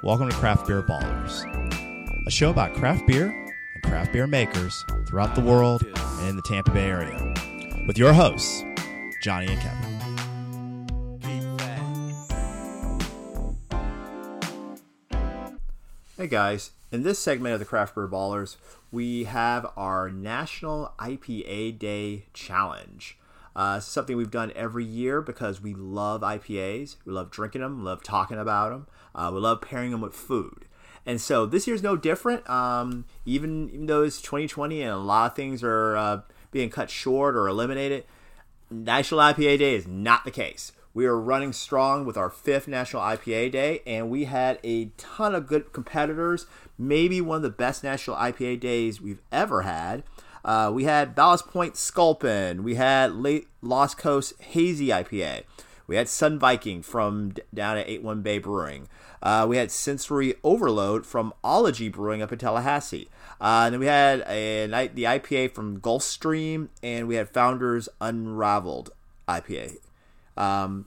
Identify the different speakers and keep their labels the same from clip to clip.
Speaker 1: Welcome to Craft Beer Ballers, a show about craft beer and craft beer makers throughout the world and in the Tampa Bay area, with your hosts, Johnny and Kevin. Hey guys, in this segment of the Craft Beer Ballers, we have our National IPA Day Challenge. Uh, it's something we've done every year because we love IPAs. We love drinking them, love talking about them, uh, we love pairing them with food. And so this year's no different. Um, even, even though it's 2020 and a lot of things are uh, being cut short or eliminated, National IPA Day is not the case. We are running strong with our fifth National IPA Day, and we had a ton of good competitors. Maybe one of the best National IPA Days we've ever had. Uh, we had Ballast Point Sculpin. We had Late Lost Coast Hazy IPA. We had Sun Viking from d- down at 81 Bay Brewing. Uh, we had Sensory Overload from Ology Brewing up in Tallahassee. Uh, and then we had a, an I- the IPA from Gulfstream, and we had Founders Unraveled IPA. Um,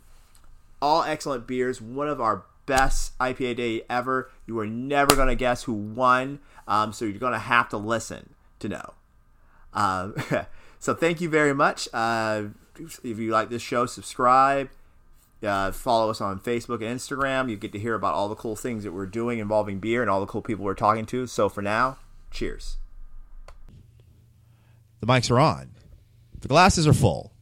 Speaker 1: all excellent beers. One of our best IPA day ever. You are never going to guess who won, um, so you're going to have to listen to know. Um, so thank you very much. Uh, if you like this show, subscribe. Uh, follow us on Facebook and Instagram. You get to hear about all the cool things that we're doing involving beer and all the cool people we're talking to. So for now, cheers. The mics are on. The glasses are full.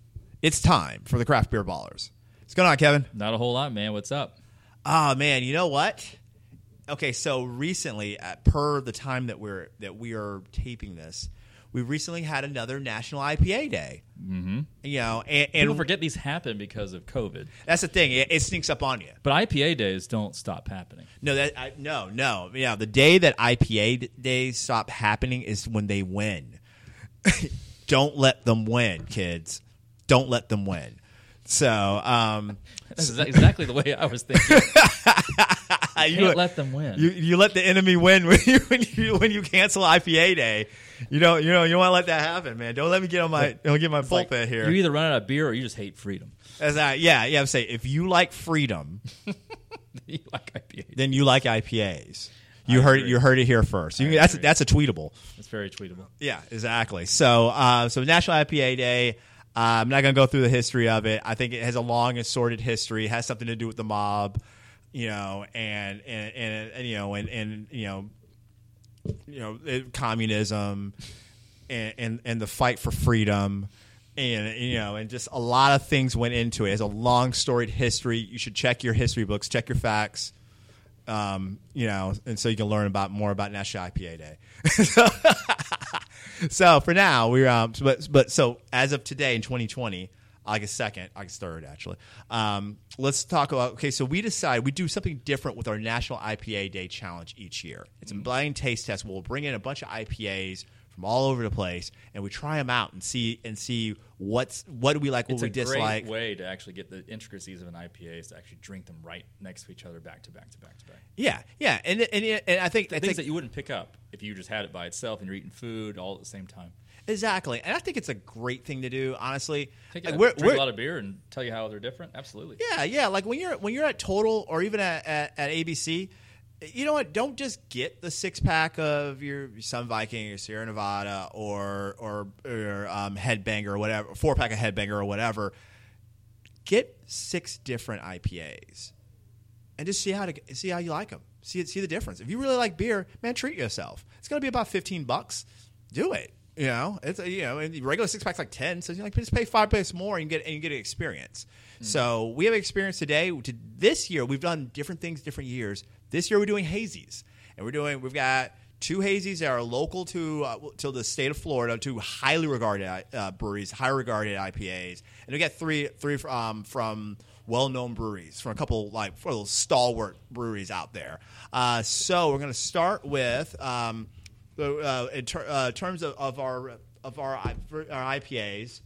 Speaker 1: It's time for the craft beer ballers. What's going on, Kevin?
Speaker 2: Not a whole lot, man. What's up?
Speaker 1: Ah, man, you know what? Okay, so recently, at, per the time that we're that we are taping this, we recently had another National IPA Day. Mm-hmm. You know, and,
Speaker 2: People
Speaker 1: and
Speaker 2: forget these happen because of COVID,
Speaker 1: that's the thing; it, it sneaks up on you.
Speaker 2: but IPA days don't stop happening.
Speaker 1: No, that I, no, no. Yeah, the day that IPA d- days stop happening is when they win. Don't let them win, kids. Don't let them win. So, um,
Speaker 2: That's exa- exactly the way I was thinking.
Speaker 1: you-
Speaker 2: Can't let them win.
Speaker 1: You, you let the enemy win when you, when you when you cancel IPA day. You don't you know you want to let that happen, man. Don't let me get on my don't get my bullpen
Speaker 2: Like,
Speaker 1: here.
Speaker 2: You either run out of beer or you just hate freedom.
Speaker 1: As I, yeah, yeah. I'm saying if you like freedom,
Speaker 2: you like IPA.
Speaker 1: then you like IPAs. You heard
Speaker 2: agree.
Speaker 1: you heard it here first. You,
Speaker 2: I
Speaker 1: can- that's
Speaker 2: agree.
Speaker 1: that's a tweetable.
Speaker 2: It's very tweetable.
Speaker 1: Yeah, exactly. So, uh, so National IPA Day. Uh, I'm not going to go through the history of it. I think it has a long and sordid history. It has something to do with the mob, you know, and and, and, and you know, and, and you know, you know, it, communism, and, and and the fight for freedom, and you know, and just a lot of things went into it. It's a long storied history. You should check your history books, check your facts. Um, you know, and so you can learn about more about National IPA Day. So for now, we're um, but but so as of today in 2020, August 2nd, August 3rd, actually. Um, let's talk about okay. So we decide we do something different with our National IPA Day challenge each year. It's
Speaker 2: Mm-hmm.
Speaker 1: a blind taste test. We'll bring in a bunch of IPAs from all over the place, and we try them out and see and see what's what do we like, what
Speaker 2: It's
Speaker 1: we
Speaker 2: a
Speaker 1: dislike.
Speaker 2: great way to actually get the intricacies of an IPA is to actually drink them right next to each other, back to back to back to back.
Speaker 1: Yeah, yeah, and and, and I think I
Speaker 2: Things
Speaker 1: think
Speaker 2: that you wouldn't pick up if you just had it by itself and you're eating food all at the same time.
Speaker 1: exactly, and I think it's a great thing to do. Honestly,
Speaker 2: Take
Speaker 1: Like,
Speaker 2: a,
Speaker 1: we're-
Speaker 2: drink
Speaker 1: we're-
Speaker 2: a lot of beer and tell you how they're different. Absolutely.
Speaker 1: Yeah, yeah. Like when you're when you're at Total or even at, at, at ABC, you know what? Don't just get the six pack of your Sun Viking or Sierra Nevada or or or um, Headbanger or whatever, four pack of Headbanger or whatever. Get six different IPAs and just see how to see how you like them. See see the difference. If you really like beer, man, treat yourself. It's gonna be about fifteen bucks. Do it. You know, it's you know, and the regular six packs like ten. So you like just pay five bucks more and you get and you get an experience. So we have experience today. To this year, we've done different things, different years. This year, we're doing hazies, and we're doing we've got two hazies that are local to uh, to the state of Florida, two highly regarded uh, breweries, high regarded IPAs, and we got three three um, from well-known breweries from a couple like for those stalwart breweries out there. Uh, so we're going to start with um, the, uh, in ter- uh, terms of, of our of our I- for our IPAs.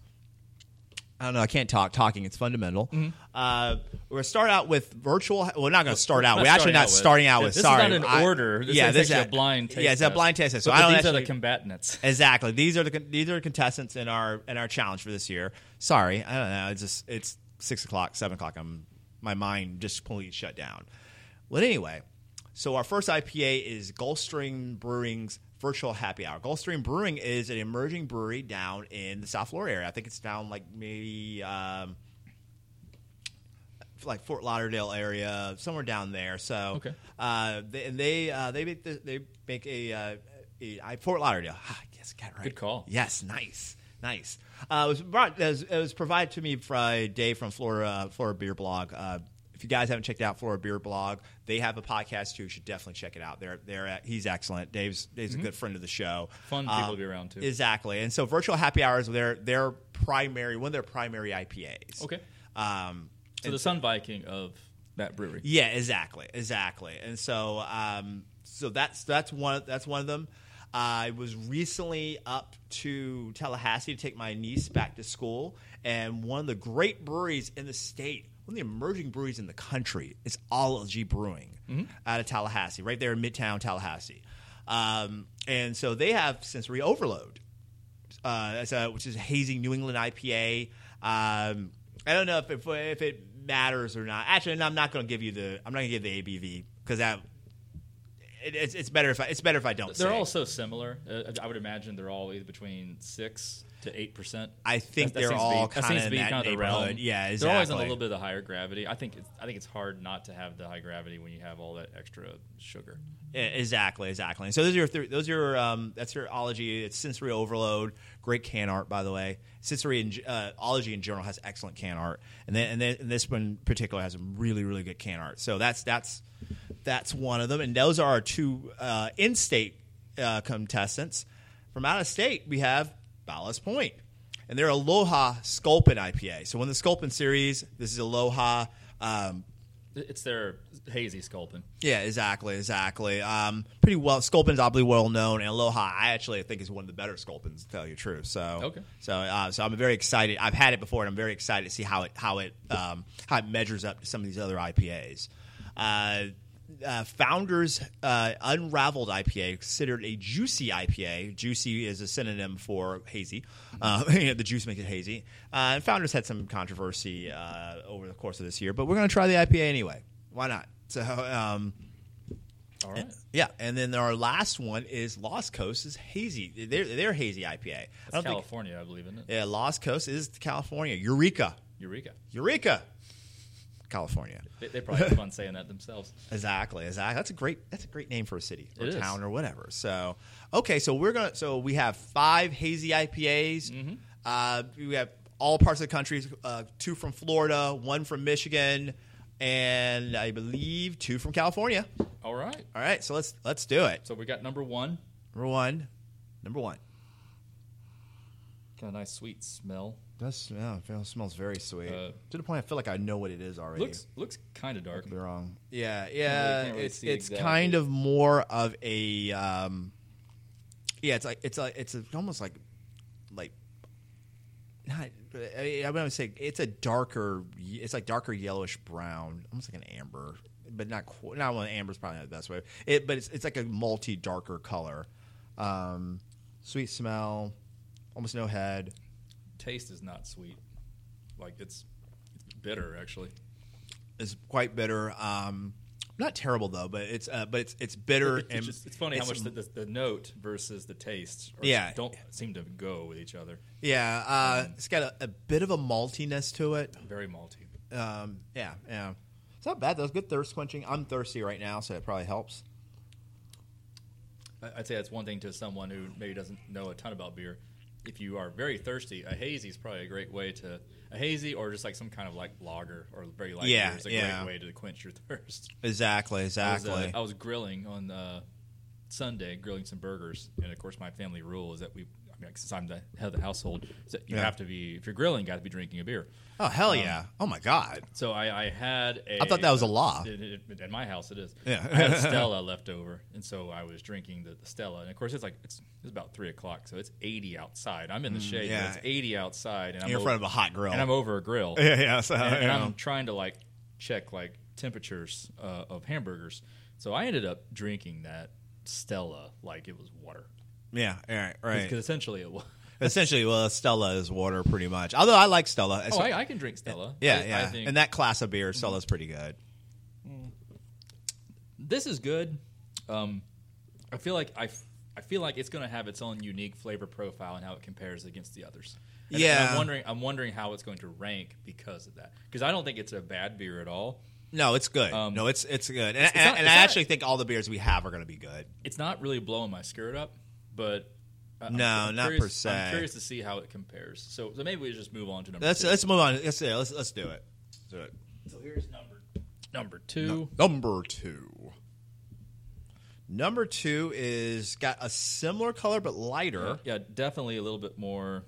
Speaker 1: I don't know. I can't talk. Talking it's fundamental.
Speaker 2: Mm-hmm.
Speaker 1: Uh, we're gonna start out with virtual. We're not gonna start out.
Speaker 2: Not
Speaker 1: We're actually
Speaker 2: starting
Speaker 1: not
Speaker 2: out with.
Speaker 1: starting out with.
Speaker 2: This is
Speaker 1: sorry,
Speaker 2: not in
Speaker 1: I-
Speaker 2: order. This is actually a blind taste
Speaker 1: Yeah, it's a
Speaker 2: test.
Speaker 1: blind taste. test. So
Speaker 2: But
Speaker 1: I don't
Speaker 2: these are
Speaker 1: actually-
Speaker 2: the combatants.
Speaker 1: Exactly. These are the con- these are the contestants in our in our challenge for this year. Sorry, I don't know. It's just it's six o'clock, seven o'clock. I'm my mind just completely shut down. But anyway,
Speaker 3: So our first IPA is Gulfstream Brewing's Virtual Happy Hour. Gulfstream Brewing is an emerging brewery down in the South Florida area. I think it's down like maybe um, like Fort Lauderdale area, somewhere down there. So
Speaker 2: Okay.
Speaker 3: uh, they, and they uh, they make the, they make a, uh, a I, Fort Lauderdale. Ah, yes, got it right.
Speaker 2: Good call.
Speaker 3: Yes, nice, nice. Uh, it was brought it was, it was provided to me by Dave from Florida Florida Beer Blog. Uh, if you guys haven't checked out Florida Beer Blog, they have a podcast too. You should definitely check it out. They're they're at, he's excellent. Dave's Dave's a good friend of the show. Uh,
Speaker 2: Mm-hmm. Fun people to be around, too.
Speaker 3: Exactly. And so virtual happy hours they're their primary one of their primary IPAs.
Speaker 2: Okay.
Speaker 3: Um,
Speaker 2: So the Sun Viking of that brewery.
Speaker 3: yeah, exactly, exactly. And so, um, so that's that's one that's one of them. I was recently up to Tallahassee to take my niece back to school, and one of the great breweries in the state, one of the emerging breweries in the country, is Ology Brewing out of Tallahassee, right there in Midtown Tallahassee. Um, and so they have sensory overload uh, as a, which is a hazy New England IPA. Um, I don't know if it, if it matters or not. Actually, no, I'm not going to give you the I'm not going to give the ABV because that it, it's, it's better if I, it's better if I don't.
Speaker 2: They're
Speaker 3: say.
Speaker 2: all so similar. Uh, I would imagine they're all either between six to eight percent.
Speaker 3: I think
Speaker 2: That-
Speaker 3: they're
Speaker 2: that seems to be-
Speaker 3: all
Speaker 2: that
Speaker 3: kind
Speaker 2: seems
Speaker 3: of
Speaker 2: to
Speaker 3: in
Speaker 2: be
Speaker 3: that
Speaker 2: kind of the
Speaker 3: neighborhood.
Speaker 2: realm.
Speaker 3: Yeah, exactly.
Speaker 2: They're always on a little bit of the higher gravity. I think it's, I think it's hard not to have the high gravity when you have all that extra sugar.
Speaker 3: Yeah, E-, exactly, exactly. And so those are your th- those are your, um, that's your ology. It's sensory overload. Great can art, by the way. Sensory and uh, ology in general has excellent can art, and then and then and this one in particular has some really really good can art. So that's that's that's one of them. And those are our two uh, in-state uh, contestants. From out of state, we have Ballast Point, and they're Aloha Sculpin IPA. So when the Sculpin series, this is Aloha. Um,
Speaker 2: It's their hazy sculpin.
Speaker 3: yeah, exactly, exactly. Um, pretty well. Sculpin's obviously well known, and Aloha, I actually think is one of the better Sculpins, to tell you the truth. So,
Speaker 2: Okay.
Speaker 3: so, uh, so I'm very excited. I've had it before, and I'm very excited to see how it how it um, how it measures up to some of these other IPAs. Uh, uh, Founders uh, Unraveled IPA, considered a juicy IPA. Juicy is a synonym for hazy. Uh, you know, the juice makes it hazy. Uh, and Founders had some controversy uh, over the course of this year, but we're going to try the IPA anyway. Why not? So. Um,
Speaker 2: All right.
Speaker 3: yeah, and then our last one is Lost Coast is hazy. They're they're hazy IPA. I
Speaker 2: That's
Speaker 3: don't think
Speaker 2: California, I believe, isn't it?
Speaker 3: yeah, Lost Coast is California. Eureka,
Speaker 2: Eureka.
Speaker 3: Eureka, California.
Speaker 2: They, they probably have fun saying that themselves.
Speaker 3: Exactly, exactly. That's a great that's a great name for a city or
Speaker 2: It is.
Speaker 3: town or whatever. So okay, so we're gonna so we have five hazy IPAs.
Speaker 2: Mm-hmm.
Speaker 3: Uh, we have all parts of the country. Uh, two from Florida, one from Michigan, and I believe two from California.
Speaker 2: All right.
Speaker 3: All right, so let's let's do it.
Speaker 2: So we got number one.
Speaker 3: Number one, number one.
Speaker 2: Got a nice sweet smell.
Speaker 3: That's yeah, it feels- smells very sweet.
Speaker 2: Uh,
Speaker 3: to the point, I feel like I know what it is already.
Speaker 2: Looks looks kind of dark.
Speaker 3: Could be wrong. Yeah, yeah.
Speaker 2: can't really
Speaker 3: it's
Speaker 2: see
Speaker 3: it's
Speaker 2: exactly.
Speaker 3: kind of more of a um, yeah. It's like it's like it's a, almost like like not. I mean, I'm gonna say it's a darker. ye- It's like darker yellowish brown, almost like an amber, but not quite. Not one amber's probably not the best way. It but it's it's like a multi darker color. Um, sweet smell, almost no head.
Speaker 2: Taste is not sweet. Like it's, it's bitter actually.
Speaker 3: is quite bitter. Um, not terrible though, but it's uh, but it's it's bitter
Speaker 2: It-
Speaker 3: and
Speaker 2: it's, just- it's funny how
Speaker 3: it's-
Speaker 2: much the, the, the note versus the taste are,
Speaker 3: Yeah.
Speaker 2: don't seem to go with each other.
Speaker 3: yeah. Uh, it's got a, a bit of a maltiness to it.
Speaker 2: Very malty.
Speaker 3: Um, yeah, yeah. It's not bad though. It's good thirst quenching. I'm thirsty right now, so it probably helps.
Speaker 2: I- I'd say that's one thing to someone who maybe doesn't know a ton about beer. If you are very thirsty, a hazy is probably a great way to a hazy or just like some kind of like lager or very light
Speaker 3: Yeah,
Speaker 2: beer is a
Speaker 3: yeah.
Speaker 2: great way to quench your thirst.
Speaker 3: Exactly,
Speaker 2: I was, uh,
Speaker 3: exactly.
Speaker 2: I was grilling on uh, Sunday, grilling some burgers, and of course, my family rule is that we. I mean, like, since I'm the head of the household, is that you
Speaker 3: Yeah.
Speaker 2: have to be if you're grilling, you got to be drinking a beer.
Speaker 3: oh hell
Speaker 2: Um,
Speaker 3: yeah! Oh my god!
Speaker 2: So I, I had a.
Speaker 3: I thought that was a law.
Speaker 2: In, in- in my house, it is.
Speaker 3: Yeah.
Speaker 2: I had a Stella left over, and so I was drinking the, the Stella. And of course, it's like it's, it's about three o'clock, so it's eighty outside. I'm in the shade,
Speaker 3: Mm, yeah.
Speaker 2: but it's eighty outside, and I'm
Speaker 3: You're in
Speaker 2: over,
Speaker 3: front of a hot grill.
Speaker 2: and I'm over a grill.
Speaker 3: yeah, yeah. So,
Speaker 2: and, and
Speaker 3: yeah.
Speaker 2: I'm trying to like check like temperatures uh, of hamburgers. So I ended up drinking that Stella like it was water
Speaker 3: yeah, all right, right.
Speaker 2: because essentially it was.
Speaker 3: Essentially, well, Stella is water, pretty much. Although I like Stella.
Speaker 2: Oh, I, I can drink Stella.
Speaker 3: yeah,
Speaker 2: I,
Speaker 3: yeah.
Speaker 2: I think
Speaker 3: In that class of beer, Stella's pretty good.
Speaker 2: this is good. Um, I feel like I, f- I feel like it's going to have its own unique flavor profile and how it compares against the others. And- and
Speaker 3: Yeah.
Speaker 2: I'm wondering. I'm wondering how it's going to rank because of that. Because I don't think it's a bad beer at all.
Speaker 3: No, it's good.
Speaker 2: Um,
Speaker 3: no, it's it's good, and, and,
Speaker 2: not-
Speaker 3: and
Speaker 2: it's
Speaker 3: I
Speaker 2: not-
Speaker 3: actually think all the beers we have are going to be good.
Speaker 2: It's not really blowing my skirt up, but. I- I'm-
Speaker 3: No,
Speaker 2: I'm
Speaker 3: not per
Speaker 2: curious,
Speaker 3: se.
Speaker 2: I'm curious to see how it compares. So, so maybe we just move on to number.
Speaker 3: Let's
Speaker 2: two.
Speaker 3: let's move on. Let's do it. Let's, let's do it. Let's do it.
Speaker 2: so here's number number two.
Speaker 3: Number two. Number two is got a similar color but lighter.
Speaker 2: Yeah, definitely a little bit more.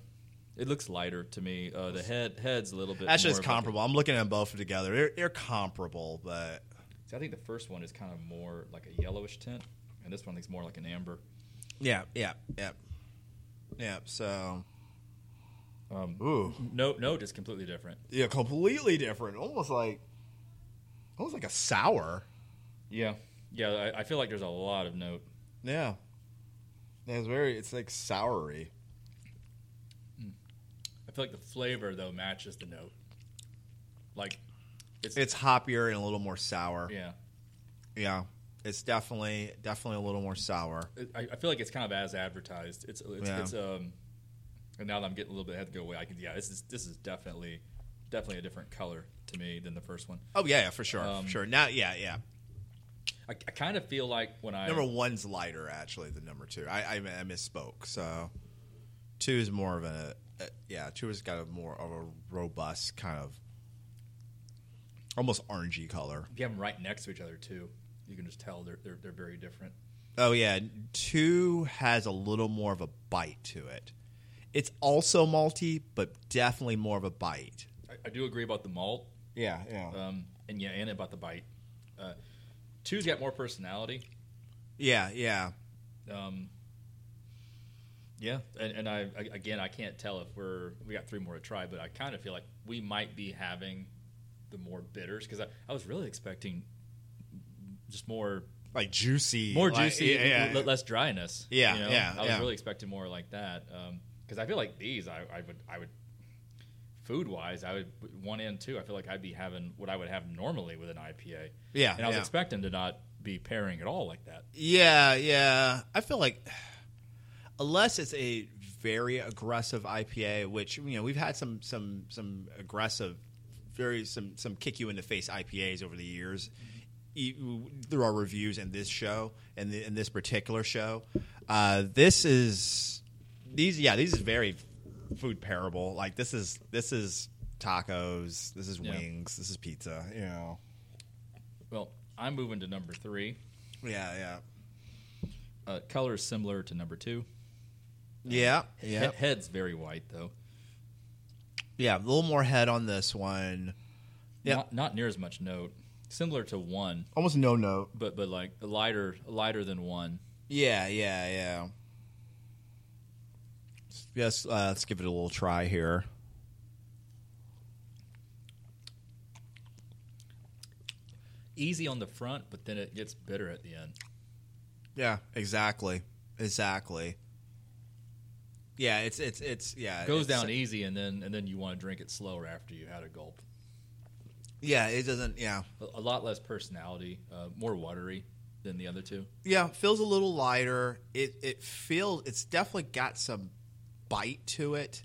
Speaker 2: It looks lighter to me. Uh, the head head's a little bit.
Speaker 3: Actually, it's
Speaker 2: more of like a-
Speaker 3: comparable. I'm looking at them both together. They're, they're comparable, but
Speaker 2: See, I think the first one is kind of more like a yellowish tint, and this one I think is more like an amber.
Speaker 3: yeah, yeah, yeah, yeah. So,
Speaker 2: Um,
Speaker 3: ooh,
Speaker 2: No, no, just completely different.
Speaker 3: yeah, completely different. Almost like, almost like a sour.
Speaker 2: Yeah, yeah. I, I feel like there's a lot of note.
Speaker 3: Yeah, Yeah, it's very. It's like soury.
Speaker 2: I feel like the flavor though matches the note. Like, it's,
Speaker 3: It's hoppier and a little more sour. Yeah,
Speaker 2: yeah.
Speaker 3: it's definitely definitely a little more sour.
Speaker 2: It- I, I feel like it's kind of as advertised. It's it's,
Speaker 3: Yeah.
Speaker 2: it's um. And now that I'm getting a little bit, I have to go away. I can yeah. This is this is definitely definitely a different color to me than the first one.
Speaker 3: Oh yeah, yeah for sure,
Speaker 2: Um,
Speaker 3: for sure. Now, yeah, yeah.
Speaker 2: I, I kind of feel like when I
Speaker 3: Number one's lighter actually than number two. I I, I misspoke. So two is more of a, a yeah. Two has got a more of a robust kind of almost orangey color.
Speaker 2: if you have them right next to each other too, you can just tell they're they're, they're very different.
Speaker 3: Oh yeah, two has a little more of a bite to it. It's also malty, but definitely more of a bite.
Speaker 2: I, I do agree about the malt,
Speaker 3: Yeah, yeah,
Speaker 2: um, and yeah, and about the bite. Uh, two's got more personality.
Speaker 3: yeah, yeah.
Speaker 2: Um, yeah, and, and I I- again I can't tell if we're we got three more to try, but I kind of feel like we might be having the more bitters because I, I was really expecting just more
Speaker 3: Like juicy,
Speaker 2: more
Speaker 3: like-
Speaker 2: juicy,
Speaker 3: Yeah,
Speaker 2: l-
Speaker 3: yeah.
Speaker 2: l- less dryness.
Speaker 3: Yeah, yeah,
Speaker 2: I was
Speaker 3: yeah.
Speaker 2: really expecting more like that because I feel like these, I, I would, I would, food wise, I would one and two. I feel like I'd be having what I would have normally with an IPA.
Speaker 3: Yeah,
Speaker 2: and I was
Speaker 3: yeah.
Speaker 2: expecting to not be pairing at all like that.
Speaker 3: Yeah, yeah. I feel like unless it's a very aggressive IPA, which you know we've had some some some aggressive, very some some kick you in the face IPAs over the years. E- Through our reviews in this show and the, in this particular show, uh, this is these yeah these is very food parable. Like this is this is tacos, this is
Speaker 2: Yeah.
Speaker 3: wings, this is pizza. You know.
Speaker 2: Well, I'm moving to number three.
Speaker 3: Yeah, yeah,
Speaker 2: Uh, color is similar to number two.
Speaker 3: yeah, yeah.
Speaker 2: He- head's very white though.
Speaker 3: Yeah, a little more head on this one. Yeah.
Speaker 2: Not, not near as much note. Similar to one,
Speaker 3: Almost no note.
Speaker 2: but but like lighter lighter than one.
Speaker 3: Yeah, yeah, yeah. Yes, uh, let's give it a little try here.
Speaker 2: Easy on the front, but then it gets bitter at the end.
Speaker 3: Yeah, exactly, exactly. Yeah, it's it's it's yeah.
Speaker 2: goes
Speaker 3: it's- uh,
Speaker 2: down easy, and then and then you want to drink it slower after you had a gulp.
Speaker 3: Yeah, it doesn't. Yeah,
Speaker 2: A, a lot less personality, uh, more watery than the other two.
Speaker 3: yeah. it Feels a little lighter. It it feels. It's definitely got some bite to it,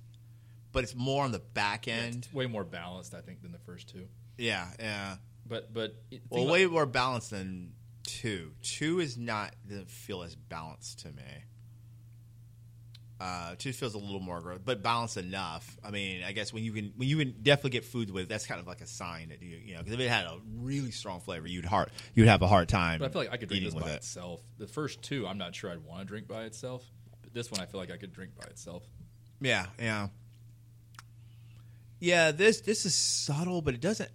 Speaker 3: but it's more on the back end.
Speaker 2: It's way more balanced, I think, than the first two.
Speaker 3: Yeah, yeah.
Speaker 2: But but it-
Speaker 3: Well,
Speaker 2: think
Speaker 3: way more balanced than two. Two is not doesn't feel as balanced to me. Uh, two feels a little more, gro- but balanced enough. I mean, I guess when you can when you can definitely get food with, that's kind of like a sign that you you know because if it had a really strong flavor, you'd hard you'd have a hard time.
Speaker 2: But I feel like I could drink
Speaker 3: eating
Speaker 2: this by
Speaker 3: with it.
Speaker 2: itself. The first two, I'm not sure I'd want to drink by itself. But this one, I feel like I could drink by itself.
Speaker 3: Yeah, yeah, yeah. This this is subtle, but it doesn't.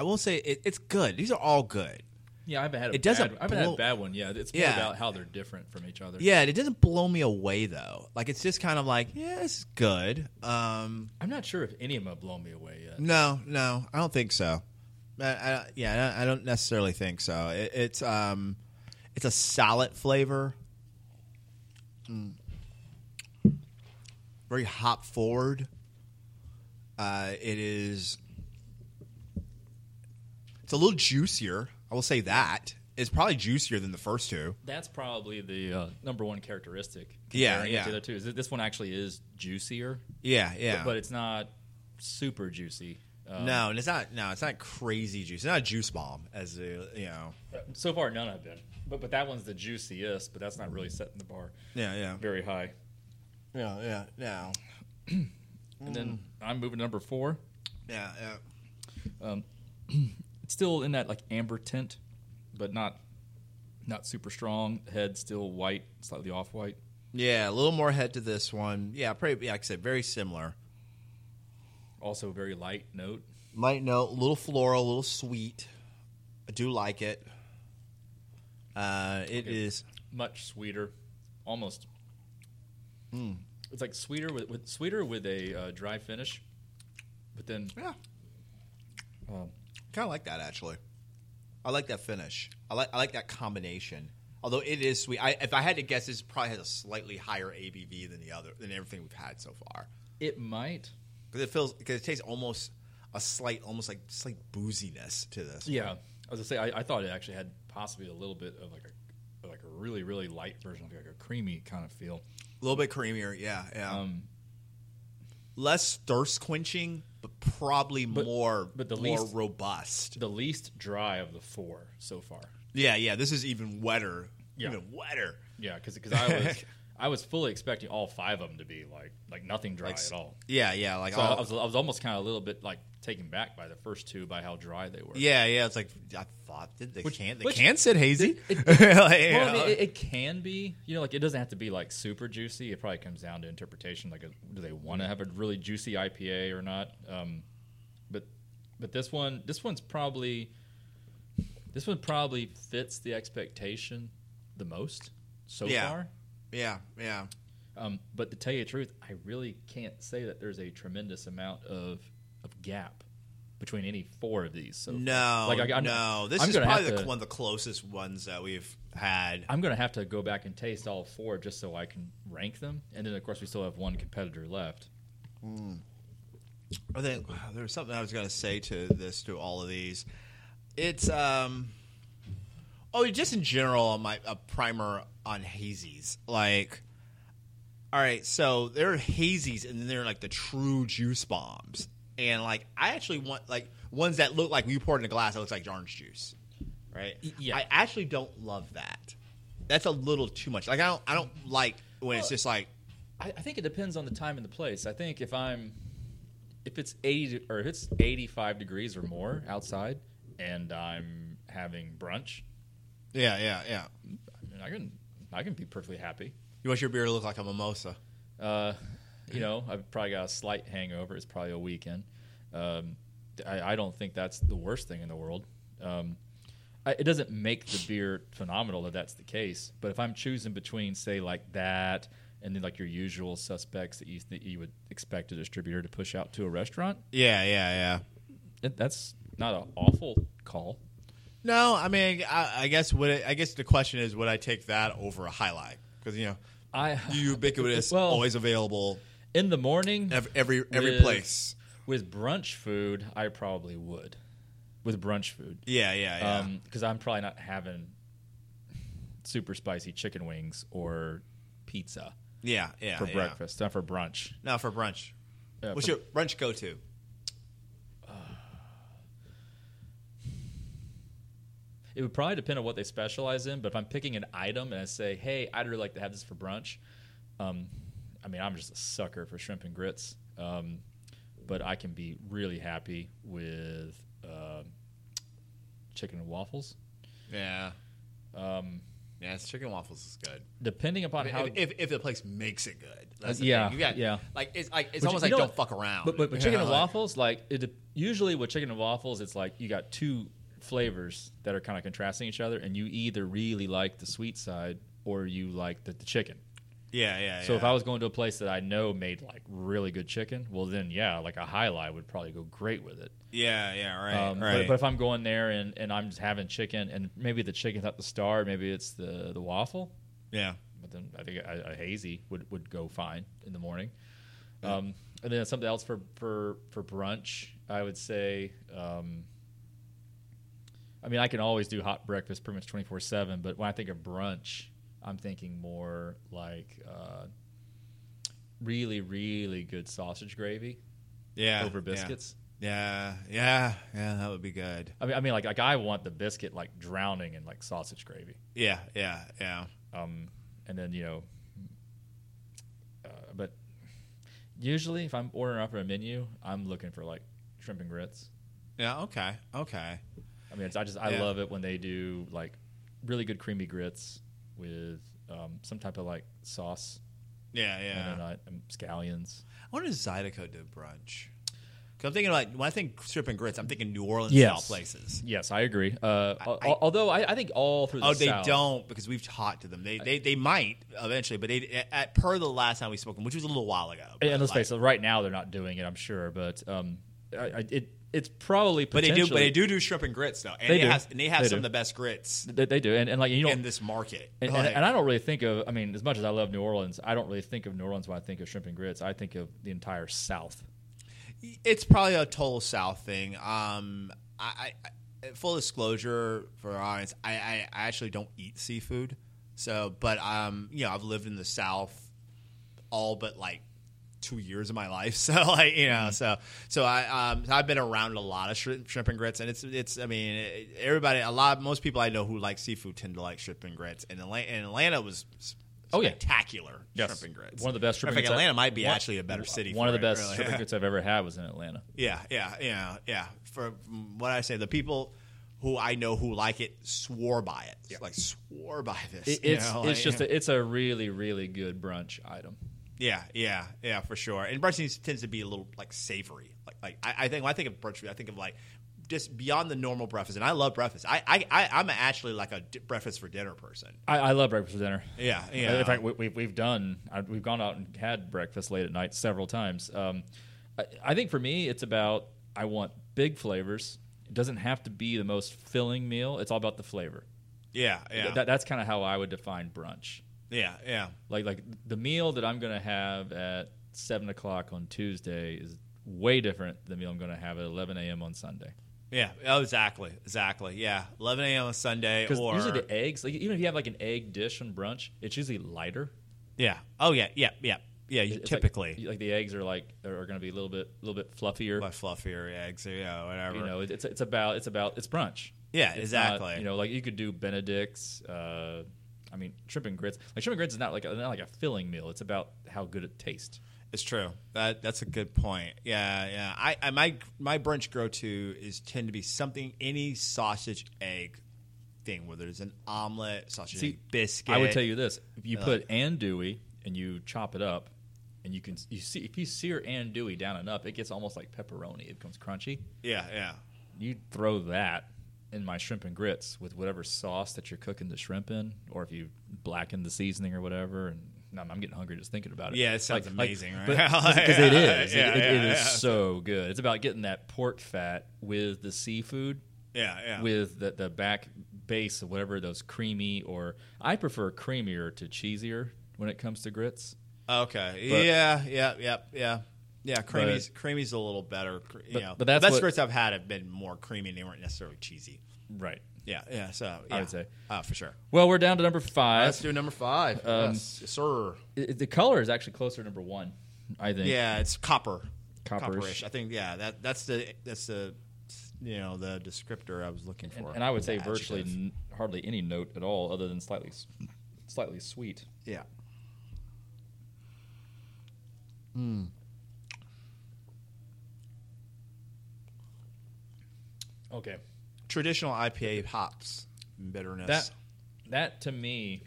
Speaker 3: I won't say it, it's good. These are all good.
Speaker 2: Yeah, I haven't had a
Speaker 3: It doesn't
Speaker 2: bad, I haven't had
Speaker 3: blow-
Speaker 2: a bad one. Yeah, it's more
Speaker 3: Yeah.
Speaker 2: about how they're different from each other.
Speaker 3: Yeah, it doesn't blow me away though. Like it's just kind of like, yeah, this is good. Um,
Speaker 2: I'm not sure if any of them have blown me away yet.
Speaker 3: no, no, I don't think so. I, I, yeah, I don't necessarily think so. It, it's um, it's a solid flavor, Mm. very hop forward. Uh, it is. It's a little juicier. I will say that is probably juicier than the first two.
Speaker 2: That's probably the uh, number one characteristic.
Speaker 3: Yeah,
Speaker 2: comparing it
Speaker 3: yeah. Uh.
Speaker 2: to The other two is that this one actually is juicier,
Speaker 3: Yeah, yeah.
Speaker 2: but it's not super juicy. Um,
Speaker 3: no, and it's not. No, it's not crazy juice. It's not a juice bomb, as uh, you know.
Speaker 2: So far, none have been. But but that one's the juiciest. But that's not really setting the bar
Speaker 3: Yeah, yeah,
Speaker 2: very high.
Speaker 3: yeah, yeah. No,
Speaker 2: And
Speaker 3: Mm.
Speaker 2: then I'm moving to number four.
Speaker 3: yeah, yeah.
Speaker 2: It's still in that like amber tint, but not not super strong. Head still white, slightly off white.
Speaker 3: Yeah, a little more head to this one. Yeah, pretty. Yeah, like I said, very similar.
Speaker 2: Also very light note.
Speaker 3: Light note, a little floral, a little sweet. I do like it. Uh, it
Speaker 2: Okay.
Speaker 3: is.
Speaker 2: much sweeter, almost.
Speaker 3: Hmm.
Speaker 2: It's like sweeter with, with sweeter with a uh, dry finish, but then
Speaker 3: Yeah. kind of um, like that actually. I like that finish. I like I like that combination. Although it is sweet. I, if I had to guess, this probably has a slightly higher ABV than the other than everything we've had so far.
Speaker 2: it might.
Speaker 3: Because it feels because it tastes almost a slight, almost like slight booziness to this.
Speaker 2: Yeah, uh, I was gonna say I, I thought it actually had possibly a little bit of like a like a really really light version of like a creamy kind of feel.
Speaker 3: A little bit creamier. Yeah, yeah.
Speaker 2: Um,
Speaker 3: Less thirst quenching, but probably more
Speaker 2: but the
Speaker 3: more
Speaker 2: least-
Speaker 3: robust.
Speaker 2: the least dry of the four so far.
Speaker 3: Yeah, yeah. This is even wetter.
Speaker 2: Yeah.
Speaker 3: Even wetter.
Speaker 2: Yeah, because I was I was fully expecting all five of them to be like like nothing dry
Speaker 3: Like s-
Speaker 2: at all.
Speaker 3: Yeah, yeah. Like
Speaker 2: So
Speaker 3: all-
Speaker 2: I was I was almost kind of a little bit like taken back by the first two by how dry they were.
Speaker 3: Yeah, yeah. It's like I thought did the
Speaker 2: Which-
Speaker 3: can the
Speaker 2: which-
Speaker 3: can said hazy. Like, you
Speaker 2: Well, I
Speaker 3: know.
Speaker 2: mean, it, it can be, you know, like it doesn't have to be like super juicy. It probably comes down to interpretation. Like, uh, do they want to have a really juicy IPA or not? Um, but, but this one, this one's probably, this one probably fits the expectation the most so
Speaker 3: Yeah.
Speaker 2: far.
Speaker 3: yeah, yeah.
Speaker 2: Um, but to tell you the truth, I really can't say that there's a tremendous amount of of gap between any four of these. So far.
Speaker 3: No,
Speaker 2: Like, I- I'm-
Speaker 3: no. This
Speaker 2: I'm
Speaker 3: is
Speaker 2: gonna have
Speaker 3: probably the,
Speaker 2: to-
Speaker 3: one of the closest ones that we've had.
Speaker 2: I'm gonna have to go back and taste all four just so I can rank them, and then of course we still have one competitor left.
Speaker 3: I think there was something I was going to say to this to all of these. It's um oh, just in general on my a primer on hazies. Like all right, so there are hazies and then there are like the true juice bombs. And like I actually want like ones that look like we poured in a glass that looks like orange juice. Right?
Speaker 2: Y- yeah.
Speaker 3: I actually don't love that. That's a little too much. Like I don't I don't like when it's just like
Speaker 2: I, I think it depends on the time and the place. I think if I'm, if it's eighty or if it's eighty-five degrees or more outside, and I'm having brunch,
Speaker 3: Yeah, yeah, yeah.
Speaker 2: I, mean, I can I can be perfectly happy.
Speaker 3: You want your beer to look like a mimosa.
Speaker 2: Uh, you know, I've probably got a slight hangover. It's probably a weekend. Um, I, I don't think that's the worst thing in the world. Um, I, it doesn't make the beer phenomenal if that's the case. But if I'm choosing between, say, like that and then like your usual suspects that you that you would expect a distributor to push out to a restaurant,
Speaker 3: Yeah, yeah, yeah.
Speaker 2: it, that's not an awful call.
Speaker 3: No, I mean, I, I guess would it, I guess the question is, would I take that over a highlight? Because you know,
Speaker 2: I
Speaker 3: ubiquitous,
Speaker 2: Well-
Speaker 3: always available,
Speaker 2: in the morning
Speaker 3: ev- every every
Speaker 2: with-
Speaker 3: place.
Speaker 2: with brunch food, I probably would. With brunch food,
Speaker 3: Yeah, yeah, yeah.
Speaker 2: because Um, I'm probably not having super spicy chicken wings or pizza
Speaker 3: yeah, yeah.
Speaker 2: for
Speaker 3: Ah, yeah.
Speaker 2: breakfast, not for brunch.
Speaker 3: No, for brunch.
Speaker 2: Uh,
Speaker 3: What's
Speaker 2: for-
Speaker 3: your brunch go to?
Speaker 2: it would probably depend on what they specialize in, but if I'm picking an item and I say, "Hey, I'd really like to have this for brunch," um, I mean, I'm just a sucker for shrimp and grits, um, but I can be really happy with um chicken and waffles.
Speaker 3: Yeah. Um. Yeah, it's chicken waffles is good.
Speaker 2: Depending upon how
Speaker 3: If, if, if the place makes it good, that's the
Speaker 2: Yeah,
Speaker 3: thing. You got,
Speaker 2: yeah.
Speaker 3: Like it's like it's
Speaker 2: But you-
Speaker 3: almost
Speaker 2: you
Speaker 3: like
Speaker 2: know
Speaker 3: don't
Speaker 2: what?
Speaker 3: fuck around.
Speaker 2: But, but, but
Speaker 3: Yeah,
Speaker 2: chicken and
Speaker 3: like-
Speaker 2: waffles, like it, de- usually with chicken and waffles, it's like you got two flavors that are kind of contrasting each other, and you either really like the sweet side or you like the, the chicken.
Speaker 3: Yeah, yeah.
Speaker 2: So if
Speaker 3: yeah.
Speaker 2: I was going to a place that I know made like really good chicken, well then yeah, like a high lie would probably go great with it.
Speaker 3: yeah, yeah, right,
Speaker 2: Um, but-
Speaker 3: right.
Speaker 2: but, if I'm going there and, and I'm just having chicken, and maybe the chicken's not the star, maybe it's the the waffle,
Speaker 3: yeah,
Speaker 2: but then I think a, a hazy would, would go fine in the morning. Um, and then something else for, for, for brunch, I would say um, I mean, I can always do hot breakfast pretty much twenty four seven. But when I think of brunch, I'm thinking more like uh, really, really good sausage gravy
Speaker 3: Yeah.
Speaker 2: over
Speaker 3: yeah.
Speaker 2: biscuits.
Speaker 3: Yeah. Yeah. Yeah. That would be good.
Speaker 2: I mean, I mean, like like I want the biscuit like drowning in like sausage gravy.
Speaker 3: Yeah. Yeah. Yeah.
Speaker 2: um, and then you know, uh, but usually if I'm ordering off a menu, I'm looking for like shrimp and grits.
Speaker 3: Yeah. Okay. Okay.
Speaker 2: I mean, it's, I just I
Speaker 3: Yeah.
Speaker 2: love it when they do like really good creamy grits with um, some type of like sauce
Speaker 3: Yeah. Yeah.
Speaker 2: and then, uh, um, scallions.
Speaker 3: I wonder if Zydeco did brunch. 'Cause I'm thinking like when I think strip and grits, I'm thinking New Orleans style
Speaker 2: Yes.
Speaker 3: places.
Speaker 2: Yes, I agree. Uh, al-
Speaker 3: I-
Speaker 2: although I, I think all through the
Speaker 3: Oh, they
Speaker 2: South-
Speaker 3: don't because we've talked to them. They they, they might eventually, but they at per the last time we spoke to them, which was a little while ago. but,
Speaker 2: And, let's
Speaker 3: like-
Speaker 2: face it, right now they're not doing it. I'm sure, but um, I, I, it it's probably
Speaker 3: But they do, but they
Speaker 2: potentially-
Speaker 3: do do shrimp and grits though, and
Speaker 2: They
Speaker 3: they,
Speaker 2: do.
Speaker 3: have and they have
Speaker 2: They
Speaker 3: some
Speaker 2: do.
Speaker 3: of the best grits
Speaker 2: They, they do, and, and like you know,
Speaker 3: in this market.
Speaker 2: And,
Speaker 3: Like,
Speaker 2: and, and I don't really think of, I mean, as much as I love New Orleans, I don't really think of New Orleans when I think of shrimp and grits. I think of the entire South.
Speaker 3: it's probably a total South thing. Um, I, I- I full disclosure for our audience, I, I, I actually don't eat seafood. So, but um, you know, I've lived in the South all but like two years of my life. So like you
Speaker 2: Mm-hmm.
Speaker 3: know, so so I um so I've been around a lot of shrimp, shrimp and grits, and it's it's I mean it, everybody a lot most people I know who like seafood tend to like shrimp and grits, and Atlanta, and Atlanta was. s-
Speaker 2: Oh, yeah.
Speaker 3: spectacular
Speaker 2: Yes.
Speaker 3: shrimp and grits.
Speaker 2: One of the best shrimp
Speaker 3: I
Speaker 2: and
Speaker 3: think
Speaker 2: grits I-
Speaker 3: Atlanta might be
Speaker 2: one-
Speaker 3: actually a better city.
Speaker 2: One of
Speaker 3: for
Speaker 2: the
Speaker 3: it,
Speaker 2: best
Speaker 3: really.
Speaker 2: shrimp
Speaker 3: Yeah.
Speaker 2: and grits I've ever had was in Atlanta.
Speaker 3: Yeah, yeah, yeah, yeah. For from what I say, the people who I know who like it swore by it. Like swore by this.
Speaker 2: It-
Speaker 3: you
Speaker 2: it's
Speaker 3: know, like,
Speaker 2: it's just
Speaker 3: yeah.
Speaker 2: a, it's a really really good brunch item.
Speaker 3: yeah, yeah, yeah, for sure. And brunch tends- tends to be a little like savory. Like like I, I think when I think of brunch, I think of like just beyond the normal breakfast. And I love breakfast. I I, I I'm actually like a di- breakfast for dinner person.
Speaker 2: I, I love breakfast for dinner.
Speaker 3: Yeah, yeah.
Speaker 2: In fact, we, we, we've done I- we've gone out and had breakfast late at night several times. Um, I, I think for me, it's about I want big flavors. It doesn't have to be the most filling meal. It's all about the flavor.
Speaker 3: yeah, yeah,
Speaker 2: Th- that, that's kind of how I would define brunch.
Speaker 3: yeah, yeah.
Speaker 2: like like the meal that I'm gonna have at seven o'clock on Tuesday is way different than the meal I'm gonna have at eleven a.m. on Sunday.
Speaker 3: Yeah. Oh, exactly. Exactly. Yeah. 11 a.m. on Sunday
Speaker 2: Because
Speaker 3: or
Speaker 2: usually the eggs, like even if you have like an egg dish on brunch, it's usually lighter.
Speaker 3: yeah. Oh, yeah. Yeah. Yeah. Yeah. you
Speaker 2: It's like-
Speaker 3: typically.
Speaker 2: like, the eggs are like are gonna be a little bit a little bit fluffier.
Speaker 3: by fluffier eggs, or, yeah, whatever.
Speaker 2: You know, it's it's about it's about it's brunch.
Speaker 3: yeah,
Speaker 2: It's not,
Speaker 3: exactly.
Speaker 2: you know, like you could do Benedict's. Uh, I mean, shrimp and grits. Like shrimp and grits is not like a, not like a filling meal. It's about how good it tastes.
Speaker 3: it's true. That that's a good point. Yeah, yeah. I, I my my brunch go to is tend to be something any sausage egg thing, whether it's an omelet, sausage
Speaker 2: See,
Speaker 3: egg biscuit.
Speaker 2: I would tell you this:
Speaker 3: Uh.
Speaker 2: if you put andouille and you chop it up, and you can you see if you sear andouille down and up, it gets almost like pepperoni. It becomes crunchy.
Speaker 3: Yeah, yeah.
Speaker 2: You throw that in my shrimp and grits with whatever sauce that you're cooking the shrimp in, or if you blacken the seasoning or whatever. And no, I'm getting hungry just thinking about it.
Speaker 3: Yeah, it sounds amazing, right?
Speaker 2: Because it is.
Speaker 3: Yeah,
Speaker 2: it, it- it
Speaker 3: yeah,
Speaker 2: is
Speaker 3: yeah.
Speaker 2: so good. It's about getting that pork fat with the seafood
Speaker 3: Yeah, yeah.
Speaker 2: with the, the back base of whatever those creamy or I prefer creamier to cheesier when it comes to grits.
Speaker 3: okay.
Speaker 2: But-
Speaker 3: yeah, yeah, yeah, yeah. Yeah, creamy's creamy's a little better. cre- you
Speaker 2: But-
Speaker 3: know,
Speaker 2: but that's
Speaker 3: the best
Speaker 2: what-
Speaker 3: grits I've had have been more creamy. and They weren't necessarily cheesy.
Speaker 2: Right.
Speaker 3: Yeah, yeah. So
Speaker 2: I
Speaker 3: yeah.
Speaker 2: would say.
Speaker 3: uh, for sure.
Speaker 2: Well, we're down to number
Speaker 3: Let's
Speaker 2: five.
Speaker 3: do number five.
Speaker 2: Um,
Speaker 3: yes, sir.
Speaker 2: I- I- the color is actually closer to number one, I think.
Speaker 3: Yeah, it's copper.
Speaker 2: Copperish.
Speaker 3: I think yeah, that that's the that's the you know the descriptor I was looking for.
Speaker 2: And, and I would say
Speaker 3: The
Speaker 2: virtually
Speaker 3: adjective.
Speaker 2: n- hardly any note at all other than slightly s- slightly sweet.
Speaker 3: yeah.
Speaker 2: Okay.
Speaker 3: Traditional IPA hops bitterness.
Speaker 2: That that to me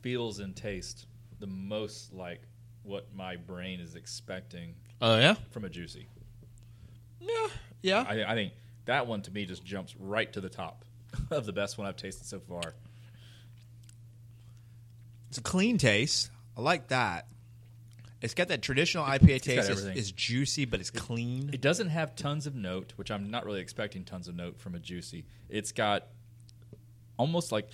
Speaker 2: feels and tastes the most like what my brain is expecting
Speaker 3: oh yeah.
Speaker 2: from a juicy.
Speaker 3: Yeah. Yeah.
Speaker 2: I, I think that one to me just jumps right to the top of the best one I've tasted so far.
Speaker 3: It's a clean taste. I like that. It's got that traditional IPA taste. It's,
Speaker 2: everything.
Speaker 3: it's juicy, but it's clean.
Speaker 2: It doesn't have tons of note, which I'm not really expecting tons of note from a juicy. It's got almost like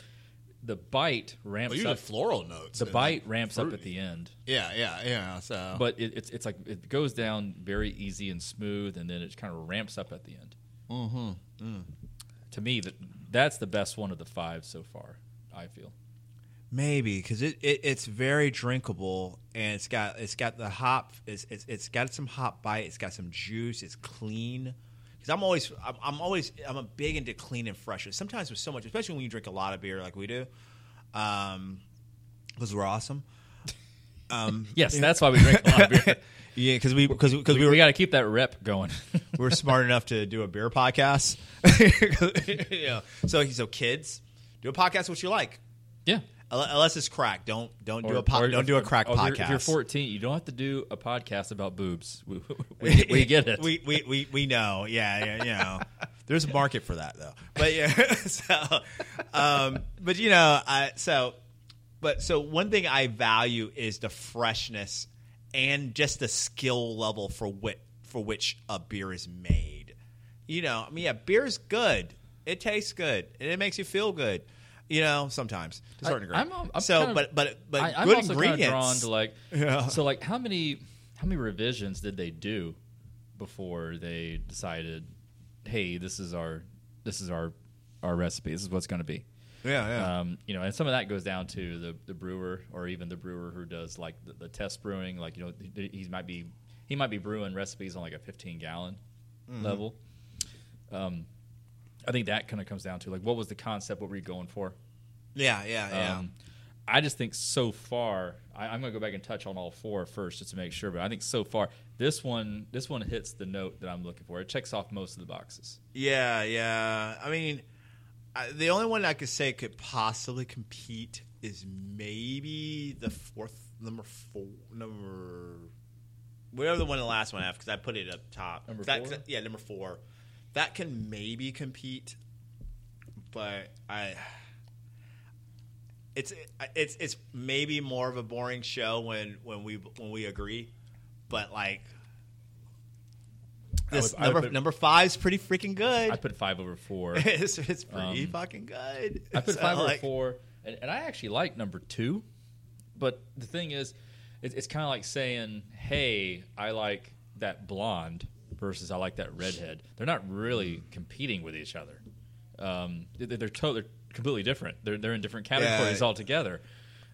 Speaker 2: the bite ramps up.
Speaker 3: floral notes.
Speaker 2: The Oh. bite ramps up at the end,
Speaker 3: Yeah, yeah, yeah. So
Speaker 2: but it, it's it's like it goes down very Mm. easy and smooth, and then it kind of ramps up at the end. Mm-hmm. To me, that that's the best one of the five so far. I feel.
Speaker 3: Maybe because it, it it's very drinkable and it's got it's got the hop it's it's, it's got some hop bite it's got some juice it's clean because I'm always I'm, I'm always I'm a big into clean and fresh sometimes with so much especially when you drink a lot of beer like we do um because we're awesome um
Speaker 2: Yes, that's why we drink a lot of beer.
Speaker 3: yeah because we because because
Speaker 2: we,
Speaker 3: we were
Speaker 2: got to keep that rep going.
Speaker 3: we were smart enough to do a beer podcast yeah so so kids do a podcast what you like
Speaker 2: yeah.
Speaker 3: Unle- unless it's crack don't don't do
Speaker 2: Or-
Speaker 3: a po-
Speaker 2: or- oh,
Speaker 3: don't do a crack
Speaker 2: or if
Speaker 3: podcast
Speaker 2: you're- If you're 14, you don't have to do a podcast about boobs. We, we, we get it.
Speaker 3: we, we, we, we know. Yeah, yeah, you know. There's a market for that though. But yeah, so um, but you know, I so but so one thing I value is the freshness and just the skill level for what for which a beer is made. You know, I mean, yeah, beer's good. It tastes good, and it makes you feel good. You know, sometimes to a certain degree.
Speaker 2: I'm- I'm
Speaker 3: so,
Speaker 2: kind of-
Speaker 3: but but but
Speaker 2: I, I'm
Speaker 3: good
Speaker 2: also kind of
Speaker 3: ingredients.
Speaker 2: drawn to like.
Speaker 3: Yeah.
Speaker 2: So like, how many how many revisions did they do before they decided, hey, this is our this is our our recipe. This is what's going to be.
Speaker 3: yeah, yeah.
Speaker 2: Um, you know, and some of that goes down to the, the brewer or even the brewer who does like the, the test brewing. Like you know, he, he might be he might be brewing recipes on like a 15 gallon level. Um, I think that kind of comes down to like what was the concept? What were you going for?
Speaker 3: yeah, yeah, yeah.
Speaker 2: Um, I just think so far, I, I'm going to go back and touch on all four first just to make sure. But I think so far, this one this one hits the note that I'm looking for. It checks off most of the boxes.
Speaker 3: Yeah, yeah. I mean, I, the only one I could say could possibly compete is maybe the fourth number four number whatever the one the last one I have because I put it up top.
Speaker 2: Number
Speaker 3: That-
Speaker 2: four?
Speaker 3: yeah, number four. That can maybe compete, but I. It's it's it's maybe more of a boring show when when we when we agree, but like.
Speaker 2: I would-
Speaker 3: This
Speaker 2: I would
Speaker 3: number
Speaker 2: put-
Speaker 3: number five's pretty freaking good
Speaker 2: I put five over four.
Speaker 3: it's, it's pretty
Speaker 2: Um,
Speaker 3: fucking good.
Speaker 2: I put
Speaker 3: So,
Speaker 2: five
Speaker 3: like,
Speaker 2: or four, and, and I actually like number two. But the thing is, it, it's kind of like saying, "Hey, I like that blonde versus I like that redhead." They're not really competing with each other. Um, they- they're to- they're completely different. They're they're in different categories
Speaker 3: Yeah.
Speaker 2: altogether.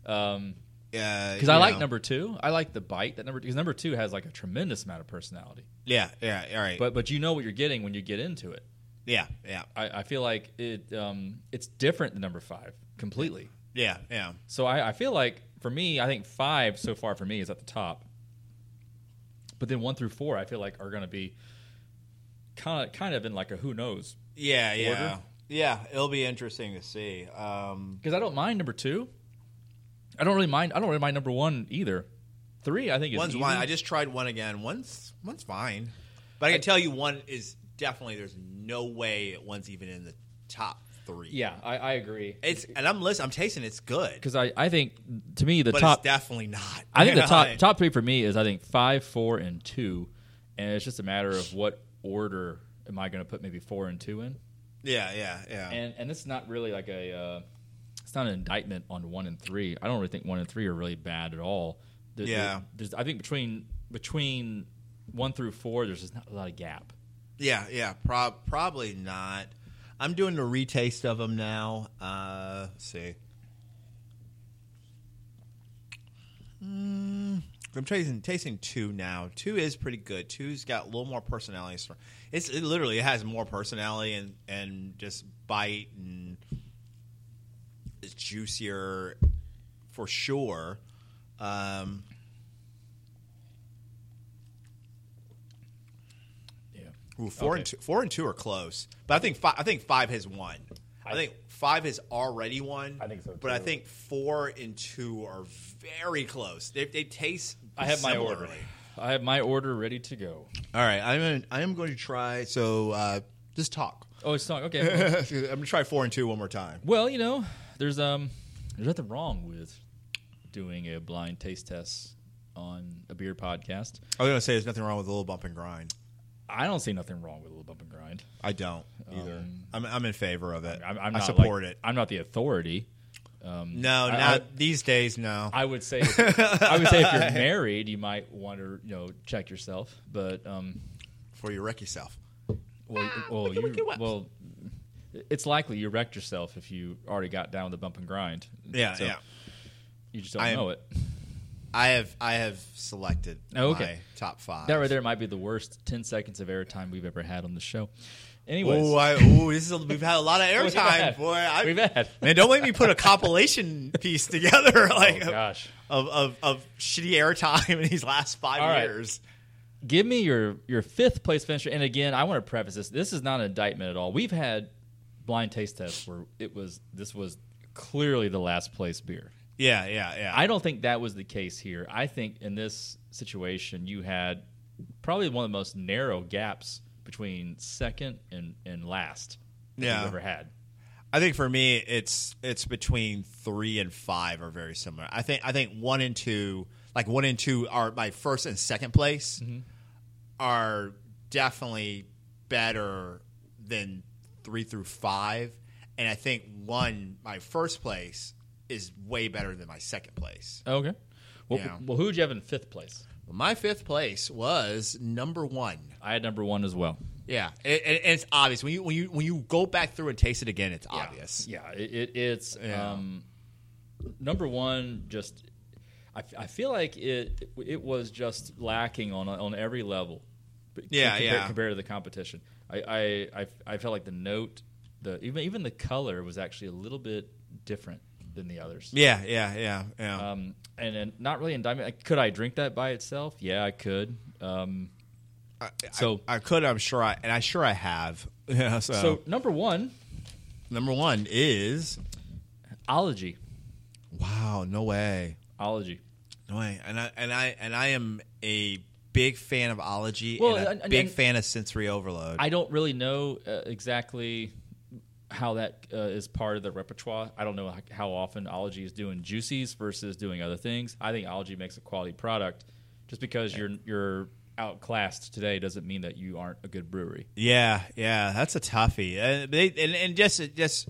Speaker 2: Um,
Speaker 3: Yeah,
Speaker 2: because
Speaker 3: you
Speaker 2: I like
Speaker 3: know.
Speaker 2: number two. I like the bite that number because number two has like a tremendous amount of personality.
Speaker 3: Yeah, yeah, all right.
Speaker 2: But but you know what you're getting when you get into it.
Speaker 3: yeah, yeah,
Speaker 2: I, I feel like it um, it's different than number five completely.
Speaker 3: yeah, yeah.
Speaker 2: So I, I feel like for me, I think five so far for me is at the top. But then one through four, I feel like are going to be kind of kind of in like a who knows
Speaker 3: Yeah, yeah.
Speaker 2: Order?
Speaker 3: Yeah, it'll be interesting to see. Um,
Speaker 2: because I don't mind number two. I don't really mind. I don't really mind number one either. Three, I think is
Speaker 3: one's
Speaker 2: easy.
Speaker 3: one. I just tried one again. One's one's fine, but I can tell you one is definitely. There's no way one's even in the top three.
Speaker 2: yeah, I, I agree.
Speaker 3: it's and I'm listening. I'm tasting. It's good,
Speaker 2: Because I, I think to me the
Speaker 3: but
Speaker 2: top
Speaker 3: it's definitely not.
Speaker 2: I think
Speaker 3: You
Speaker 2: the
Speaker 3: know,
Speaker 2: top
Speaker 3: like-
Speaker 2: top three for me is I think five, four, and two, and it's just a matter of what order am I going to put maybe four and two in.
Speaker 3: Yeah, yeah, yeah.
Speaker 2: And and this is not really like a uh, it's not an indictment on one and three. I don't really think one and three are really bad at all. There- there-
Speaker 3: Yeah.
Speaker 2: there's, I think between between one through four, there's just not a lot of gap.
Speaker 3: Yeah, yeah, prob- probably not. I'm doing a retaste of them now. Uh, let's see. Mm, I'm tasting tasting two now. Two is pretty good. Two's got a little more personality. It's- It's it literally has more personality and and just bite and it's juicier for sure. Um,
Speaker 2: Yeah.
Speaker 3: Ooh, four and two, four and two are close, but I think five. I think five has won. I, think five has already won. I
Speaker 2: think so,
Speaker 3: But I
Speaker 2: too.
Speaker 3: think four and two are very close. They, they taste.
Speaker 2: I have my order.
Speaker 3: similarly.
Speaker 2: I have my order ready to go.
Speaker 3: All right, I'm gonna, I am going to try. So uh, just talk.
Speaker 2: Oh, it's not okay.
Speaker 3: I'm gonna try four and two one more time.
Speaker 2: Well, you know, there's um, there's nothing wrong with doing a blind taste test on a beer podcast.
Speaker 3: I was gonna say there's nothing wrong with a little bump and grind.
Speaker 2: I don't see nothing wrong with a little bump and grind.
Speaker 3: I don't either. I'm, I'm in favor of it.
Speaker 2: Um, I'm,
Speaker 3: i
Speaker 2: I'm not like-
Speaker 3: support it.
Speaker 2: I'm not the authority.
Speaker 3: No,
Speaker 2: I-
Speaker 3: not
Speaker 2: I-
Speaker 3: these days. No.
Speaker 2: I would say, I would say if you're married, you might want to, you know, check yourself. But um,
Speaker 3: Before you wreck yourself.
Speaker 2: well, well,
Speaker 3: wicka,
Speaker 2: you,
Speaker 3: wicka, whoops.
Speaker 2: well, it's likely you wrecked yourself if you already got down with the bump and grind.
Speaker 3: Yeah,
Speaker 2: So
Speaker 3: yeah.
Speaker 2: You just don't
Speaker 3: I am-
Speaker 2: know it.
Speaker 3: I have I have selected
Speaker 2: Oh, okay.
Speaker 3: my top five.
Speaker 2: That right there might be the worst 10 seconds of airtime we've ever had on the show. Anyways,
Speaker 3: Oh, I, ooh, this is a, we've had a lot of
Speaker 2: We've
Speaker 3: airtime,
Speaker 2: had-
Speaker 3: boy. I,
Speaker 2: we've had.
Speaker 3: Man, don't make me put a compilation piece together
Speaker 2: oh
Speaker 3: like of,
Speaker 2: gosh.
Speaker 3: of, of of shitty airtime in these last five
Speaker 2: All right.
Speaker 3: years.
Speaker 2: give me your your fifth place finisher. And again, I want to preface this: this is not an indictment at all. We've had blind taste tests where it was this was clearly the last place beer.
Speaker 3: Yeah, yeah, yeah.
Speaker 2: I don't think that was the case here. I think in this situation, you had probably one of the most narrow gaps between second and and last that
Speaker 3: Yeah.
Speaker 2: you've ever had.
Speaker 3: I think for me, it's it's between three and five are very similar. I think I think one and two, like one and two, are my first and second place, are definitely better than three through five, and I think one, my first place, is way better than my second place.
Speaker 2: Okay. Well,
Speaker 3: Yeah.
Speaker 2: well who would you have in fifth place?
Speaker 3: My fifth place was number one.
Speaker 2: I had number one as well.
Speaker 3: Yeah, it, it, it's obvious when you when you when you go back through and taste it again, it's obvious.
Speaker 2: Yeah, it, it, it's
Speaker 3: Yeah.
Speaker 2: um, number one. Just I, f- I feel like it it was just lacking on on every level. b-
Speaker 3: Yeah,
Speaker 2: compared,
Speaker 3: yeah.
Speaker 2: Compared to the competition, I I, I I felt like the note, the even even the color was actually a little bit different than the others.
Speaker 3: Yeah, yeah, yeah, yeah.
Speaker 2: Um, and, and not really indictment. Like, Could I drink that by itself? Yeah, I could. Um, so
Speaker 3: I uh, could, I'm sure, I, and I sure I have. Yeah. So,
Speaker 2: so number one,
Speaker 3: number one is
Speaker 2: ology,
Speaker 3: wow, no way,
Speaker 2: ology.
Speaker 3: no way, and I and I and I am a big fan of ology
Speaker 2: Well,
Speaker 3: and a
Speaker 2: and- and-
Speaker 3: big
Speaker 2: and-
Speaker 3: fan of sensory overload.
Speaker 2: I don't really know uh, exactly how that uh, is part of the repertoire. I don't know h- how often Ology is doing juices versus doing other things. I think Ology makes a quality product. Just because you're you're outclassed today doesn't mean that you aren't a good brewery.
Speaker 3: yeah, yeah, that's a toughie. Uh, they, and and just just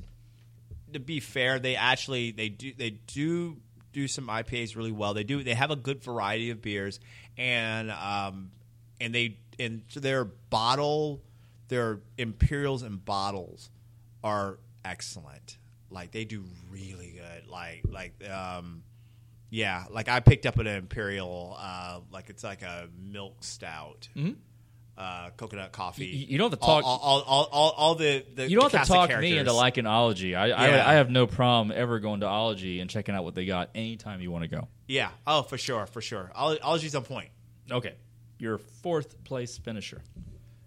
Speaker 3: to be fair, they actually they do they do do some IPAs really well. They do they have a good variety of beers, and um and they and their bottle their imperials and bottles are excellent. Like they do really good. Like like um yeah like I picked up an imperial uh like it's like a milk stout. Uh, coconut coffee.
Speaker 2: Mm-hmm. You- you don't have to
Speaker 3: All-
Speaker 2: talk-
Speaker 3: All, all, all, all, all the, the
Speaker 2: You don't
Speaker 3: the
Speaker 2: have to
Speaker 3: cast
Speaker 2: talk
Speaker 3: of
Speaker 2: me into
Speaker 3: characters.
Speaker 2: liking Ology. I,
Speaker 3: Yeah.
Speaker 2: I I have no problem ever going to Ology and checking out what they got anytime you want to go.
Speaker 3: Yeah. Oh, for sure, for sure. Ol- Ologies on point.
Speaker 2: Okay, your fourth place finisher.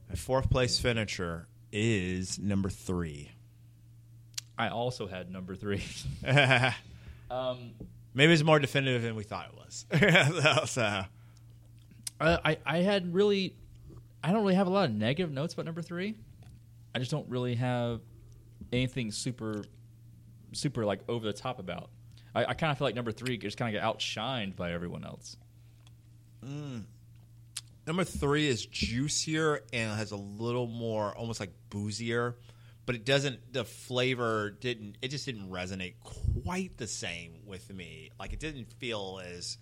Speaker 3: My fourth place finisher is number three.
Speaker 2: I also had number three. um,
Speaker 3: Maybe it's more definitive than we thought it was. so,
Speaker 2: Uh, I I had really, I don't really have a lot of negative notes about number three. I just don't really have anything super, super like over the top about. I, I kind of feel like number three just kind of got outshined by everyone else.
Speaker 3: number three is juicier and has a little more, almost like boozier, but it doesn't. The flavor didn't. It just didn't resonate quite the same with me. Like it didn't feel as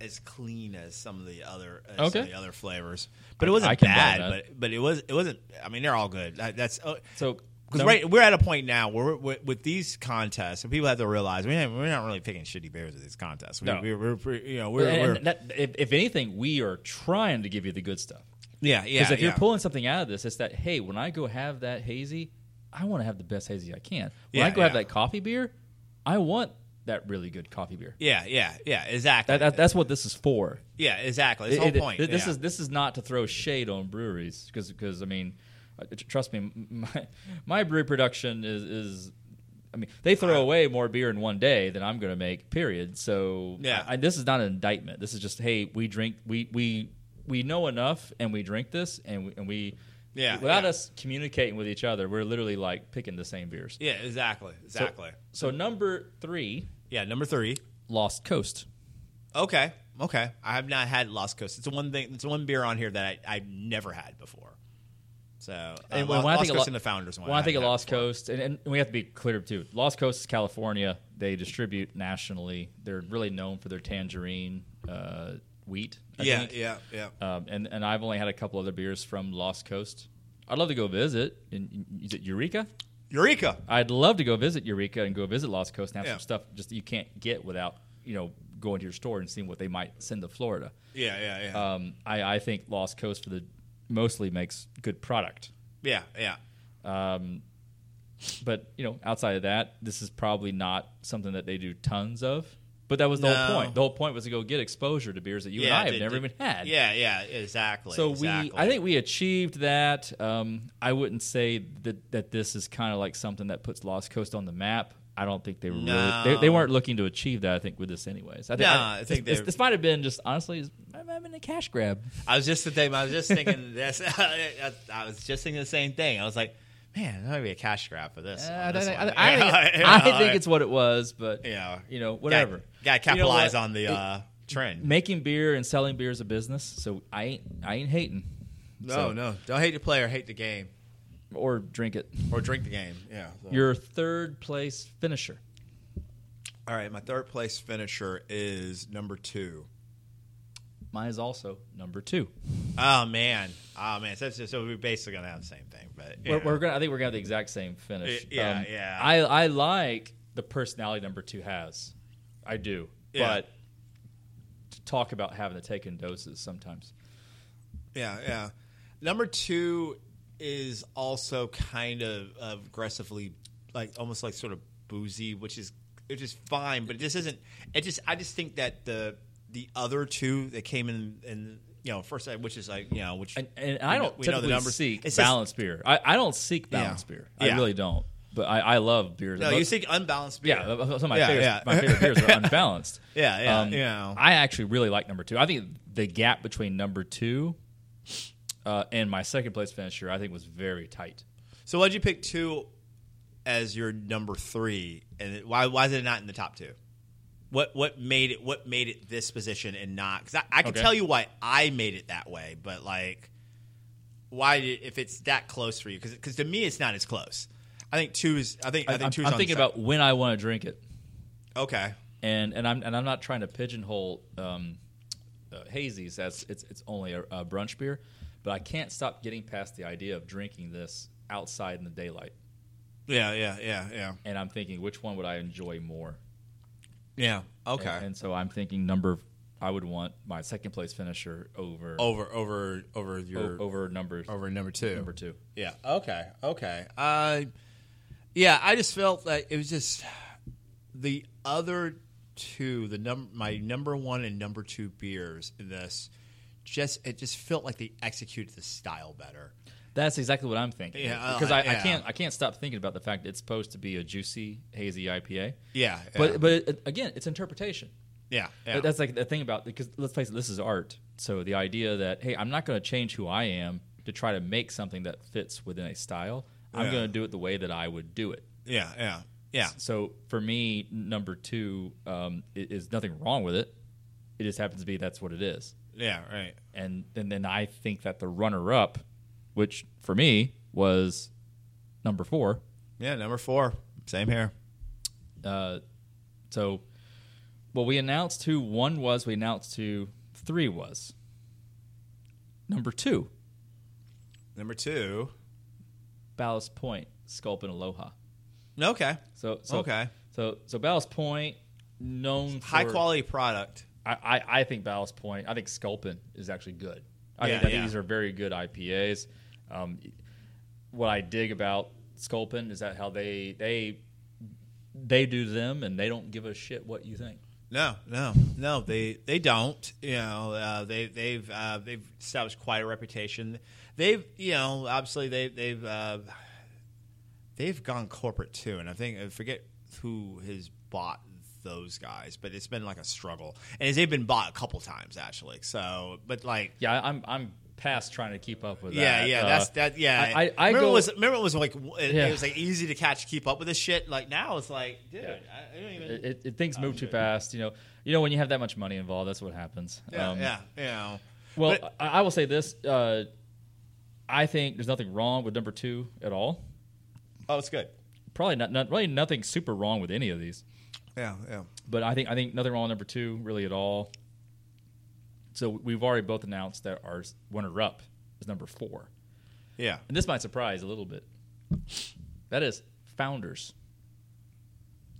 Speaker 3: as clean as some of the other as some
Speaker 2: Okay.
Speaker 3: of the other flavors. But it
Speaker 2: I-
Speaker 3: wasn't
Speaker 2: I can buy
Speaker 3: bad.
Speaker 2: that.
Speaker 3: But but it was it wasn't. I mean, they're all good. That, that's. Uh,
Speaker 2: So
Speaker 3: Because
Speaker 2: num-
Speaker 3: right, we're at a point now where we're, with these contests, and people have to realize we ain't- we're not really picking shitty bears at these contests. We,
Speaker 2: No.
Speaker 3: we're, we're, pre- you know, we're,
Speaker 2: and- and
Speaker 3: we're
Speaker 2: that- if, if anything, we are trying to give you the good stuff.
Speaker 3: yeah, yeah.
Speaker 2: Because if
Speaker 3: yeah.
Speaker 2: you're pulling something out of this, it's that hey, when I go have that hazy, I want to have the best hazy I can. When I
Speaker 3: Yeah,
Speaker 2: go have
Speaker 3: yeah.
Speaker 2: that coffee beer, I want that really good coffee beer.
Speaker 3: yeah, yeah, yeah, exactly.
Speaker 2: That, that, that's what this is for.
Speaker 3: yeah, exactly. It's the
Speaker 2: It- it-
Speaker 3: whole point.
Speaker 2: th- This
Speaker 3: yeah.
Speaker 2: is this is not to throw shade on breweries because I mean, uh, tr- trust me, m- my, my brewery production is is. I mean, they throw away more beer in one day than I'm going to make. Period. So
Speaker 3: Yeah.
Speaker 2: I- this is not an indictment. This is just hey, we drink, we we we know enough, and we drink this, and we and we.
Speaker 3: Yeah,
Speaker 2: Without
Speaker 3: yeah.
Speaker 2: us communicating with each other, we're literally like picking the same beers.
Speaker 3: yeah, exactly, exactly.
Speaker 2: So number three,
Speaker 3: yeah, number three.
Speaker 2: Lost Coast.
Speaker 3: Okay, okay. I have not had Lost Coast. It's the one thing. It's the one beer on here that I, I've never had before. So uh,
Speaker 2: And
Speaker 3: Lo-
Speaker 2: when, when
Speaker 3: Lost
Speaker 2: I think
Speaker 3: Coast
Speaker 2: of, Lo-
Speaker 3: and the Founders one.
Speaker 2: When I think of
Speaker 3: haven't had
Speaker 2: Lost Coast, and, and we have to be clear too. Lost Coast is California. They distribute nationally. They're really known for their tangerine uh, wheat. I
Speaker 3: before. Yeah,
Speaker 2: think.
Speaker 3: yeah, yeah.
Speaker 2: Um, and and I've only had a couple other beers from Lost Coast. I'd love to go visit. In, is it Eureka?
Speaker 3: Eureka.
Speaker 2: I'd love to go visit Eureka and go visit Lost Coast and have
Speaker 3: Yeah.
Speaker 2: some stuff just that you can't get without you know going to your store and seeing what they might send to Florida.
Speaker 3: Yeah, yeah, yeah.
Speaker 2: Um, I, I think Lost Coast for the mostly makes good product.
Speaker 3: yeah, yeah.
Speaker 2: But you know, outside of that, this is probably not something that they do tons of. But that was the
Speaker 3: No.
Speaker 2: whole point. The whole point was to go get exposure to beers that you and
Speaker 3: yeah,
Speaker 2: I have
Speaker 3: did-
Speaker 2: never
Speaker 3: did-
Speaker 2: even had.
Speaker 3: Yeah, yeah, exactly.
Speaker 2: So
Speaker 3: exactly.
Speaker 2: we, I think we achieved that. Um, I wouldn't say that that this is kind of like something that puts Lost Coast on the map. I don't think they were really, they, they
Speaker 3: No.
Speaker 2: weren't looking to achieve that. I think with this, anyways. I think,
Speaker 3: No, I think
Speaker 2: this,
Speaker 3: they're-
Speaker 2: this might have been just honestly, it's- I'm having a cash grab.
Speaker 3: I was just the thing. I was just thinking this. I I was just thinking the same thing. I was like, man, that might be a cash grab for this.
Speaker 2: Uh,
Speaker 3: on
Speaker 2: I
Speaker 3: this
Speaker 2: don't think-
Speaker 3: one.
Speaker 2: I
Speaker 3: Yeah,
Speaker 2: I think-
Speaker 3: yeah,
Speaker 2: I think
Speaker 3: like,
Speaker 2: it's what it was, but
Speaker 3: Yeah.
Speaker 2: you know, whatever.
Speaker 3: Got to
Speaker 2: You know
Speaker 3: capitalize
Speaker 2: what?
Speaker 3: on the uh, trend.
Speaker 2: Making beer and selling beer is a business, so I ain't I ain't hating. So-
Speaker 3: no, don't hate the player, hate the game,
Speaker 2: or drink it.
Speaker 3: or drink the game. Yeah. so.
Speaker 2: Your third place finisher.
Speaker 3: All right, my third place finisher is number two.
Speaker 2: Mine is also number two.
Speaker 3: Oh man, oh man. So, so, so we're basically gonna have the same thing, but you
Speaker 2: We're,
Speaker 3: know.
Speaker 2: we're gonna. I think we're gonna have the exact same finish. Um,
Speaker 3: Y- Uh, yeah, yeah.
Speaker 2: I I like the personality number two has. I do,
Speaker 3: Yeah.
Speaker 2: but to talk about having to take in doses sometimes.
Speaker 3: Yeah, yeah. Number two is also kind of aggressively, like almost like sort of boozy, which is which is fine, but it just isn't. It just I just think that the the other two that came in and you know first which is like you know which
Speaker 2: And, and I
Speaker 3: we know-
Speaker 2: don't
Speaker 3: we know the
Speaker 2: typically
Speaker 3: numbers.
Speaker 2: seek
Speaker 3: It's just-
Speaker 2: balanced beer. I, I don't seek balanced beer. I
Speaker 3: Yeah.
Speaker 2: really don't. But I, I love beers.
Speaker 3: no
Speaker 2: But-
Speaker 3: you think unbalanced beer.
Speaker 2: yeah, some of my
Speaker 3: Yeah,
Speaker 2: favorite
Speaker 3: yeah.
Speaker 2: my favorite beers are unbalanced. Um,
Speaker 3: Yeah, yeah, yeah.
Speaker 2: I actually really like number two. I think the gap between number two uh, and my second place finisher, I think, was very tight.
Speaker 3: So why'd you pick two as your number three, and it- why why is it not in the top two? What what made it what made it this position and not? Because I, I can
Speaker 2: Okay.
Speaker 3: tell you why I made it that way, but like why did, if it's that close for you? Because to me it's not as close. I think two is I think I,
Speaker 2: I,
Speaker 3: think
Speaker 2: am
Speaker 3: two is on
Speaker 2: thinking
Speaker 3: the side.
Speaker 2: about when I want to drink it,
Speaker 3: okay.
Speaker 2: and and I'm and I'm not trying to pigeonhole um, uh, hazies as it's it's only a, a brunch beer, but I can't stop getting past the idea of drinking this outside in the daylight.
Speaker 3: Yeah, yeah, yeah, yeah,
Speaker 2: And I'm thinking, which one would I enjoy more?
Speaker 3: yeah.
Speaker 2: And-
Speaker 3: Okay.
Speaker 2: And, so I'm thinking number. I would want my second place finisher over
Speaker 3: over over over
Speaker 2: o-
Speaker 3: your
Speaker 2: over number
Speaker 3: over number two.
Speaker 2: number two.
Speaker 3: Yeah. Okay. Okay. Uh, yeah. I just felt like it was just the other two, the num my number one and number two beers in this, just it just felt like they executed the style better.
Speaker 2: That's exactly what I'm thinking.
Speaker 3: Yeah,
Speaker 2: because I,
Speaker 3: uh,
Speaker 2: I
Speaker 3: yeah.
Speaker 2: can't I can't stop thinking about the fact that it's supposed to be a juicy hazy IPA.
Speaker 3: Yeah.
Speaker 2: But but it, again, it's interpretation.
Speaker 3: yeah. Yeah.
Speaker 2: But That's like the thing about because let's face it, this is art. So the idea that hey, I'm not going to change who I am to try to make something that fits within a style. I'm
Speaker 3: Yeah.
Speaker 2: going to do it the way that I would do it.
Speaker 3: yeah. Yeah. Yeah.
Speaker 2: So for me, number two um, i- is nothing wrong with it. It just happens to be that's what it is.
Speaker 3: Yeah. Right.
Speaker 2: And and then I think that the runner up, which for me was number four.
Speaker 3: Yeah. Number four. Same here.
Speaker 2: Uh, so, well, we announced who one was. We announced who three was. Number two,
Speaker 3: Number two.
Speaker 2: Ballast Point, Sculpin Aloha.
Speaker 3: Okay.
Speaker 2: So, so
Speaker 3: Okay.
Speaker 2: So so Ballast Point, known for,
Speaker 3: High quality product.
Speaker 2: I, I I think Ballast Point. I think Sculpin is actually good. I,
Speaker 3: Yeah,
Speaker 2: think, I think
Speaker 3: yeah.
Speaker 2: these are very good IPAs. Um, what I dig about Sculpin is that how they they they do them and they don't give a shit what you think.
Speaker 3: No, no, no. They they don't. You know, uh, they they've uh, they've established quite a reputation. They've you know obviously they they've uh, they've gone corporate too, and I think I forget who has bought those guys, but it's been like a struggle, and they've been bought a couple times actually. So, but like.
Speaker 2: Yeah, I'm I'm past trying to keep up with that.
Speaker 3: Yeah, yeah,
Speaker 2: Uh,
Speaker 3: that's that. Yeah,
Speaker 2: I- I- I
Speaker 3: remember
Speaker 2: go-
Speaker 3: it was remember it was like w- it,
Speaker 2: Yeah.
Speaker 3: it was like easy to catch, keep up with this shit. Like now it's like, dude,
Speaker 2: Yeah.
Speaker 3: I, I don't even.
Speaker 2: It, it, things move too fast, you know. You know when you have that much money involved, that's what happens.
Speaker 3: yeah,
Speaker 2: Um,
Speaker 3: yeah, you know.
Speaker 2: Well,
Speaker 3: But-
Speaker 2: I, I will say this: uh, I think there's nothing wrong with number two at all.
Speaker 3: oh, it's good.
Speaker 2: Probably not, not really nothing super wrong with any of these,
Speaker 3: Yeah, yeah.
Speaker 2: but I think I think nothing wrong with number two really at all. So we've already both announced that our winner up is number four.
Speaker 3: Yeah.
Speaker 2: And this might surprise a little bit. That is Founders.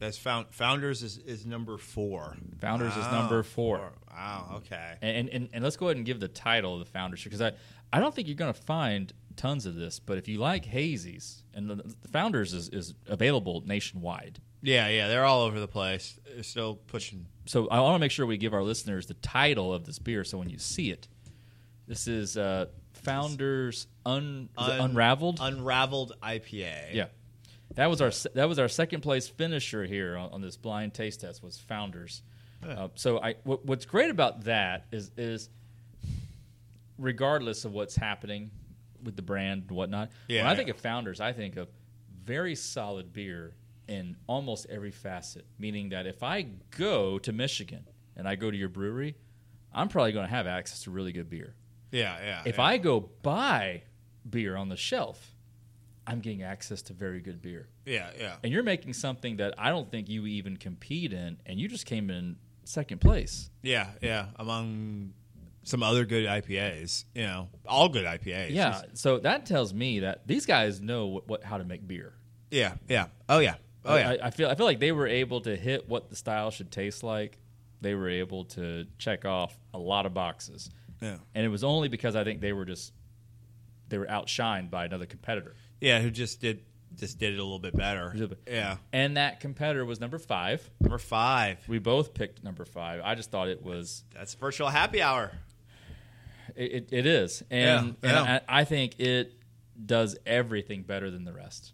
Speaker 3: That's found Founders is, is number four.
Speaker 2: Founders is
Speaker 3: Wow.
Speaker 2: number four.
Speaker 3: Wow. Okay.
Speaker 2: And, and and let's go ahead and give the title of the Founders because I I don't think you're going to find tons of this, but if you like hazies and the, the Founders is, is available nationwide.
Speaker 3: Yeah. Yeah. They're all over the place. They're still pushing.
Speaker 2: so I want to make sure we give our listeners the title of this beer, so when you see it, this is uh, Founders Un- is it
Speaker 3: Un-
Speaker 2: Unraveled.
Speaker 3: Unraveled IPA.
Speaker 2: yeah, that was our se- that was our second place finisher here on, on this blind taste test was Founders. Uh, so I what, what's great about that is is regardless of what's happening with the brand and whatnot. when
Speaker 3: Yeah,
Speaker 2: I think
Speaker 3: yeah.
Speaker 2: of Founders, I think of very solid beer in almost every facet. Meaning that if I go to Michigan and I go to your brewery, I'm probably going to have access to really good beer.
Speaker 3: Yeah. Yeah.
Speaker 2: If
Speaker 3: yeah.
Speaker 2: I go buy beer on the shelf, I'm getting access to very good beer.
Speaker 3: Yeah. Yeah.
Speaker 2: And you're making something that I don't think you even compete in, and you just came in second place.
Speaker 3: Yeah. Yeah. Among some other good IPAs. You know, all good IPAs.
Speaker 2: yeah. so that tells me that these guys know what, what how to make beer.
Speaker 3: Yeah. Yeah. Oh yeah. Oh yeah.
Speaker 2: I, I feel I feel like they were able to hit what the style should taste like. They were able to check off a lot of boxes,
Speaker 3: yeah.
Speaker 2: and it was only because I think they were just they were outshined by another competitor.
Speaker 3: Yeah. Who just did just did it a little bit better.
Speaker 2: Little bit.
Speaker 3: Yeah.
Speaker 2: And that competitor was number five.
Speaker 3: Number five.
Speaker 2: We both picked number five. I just thought it was
Speaker 3: That's virtual happy hour.
Speaker 2: It, it, it is, and,
Speaker 3: Yeah,
Speaker 2: and
Speaker 3: yeah.
Speaker 2: I, I think it does everything better than the rest.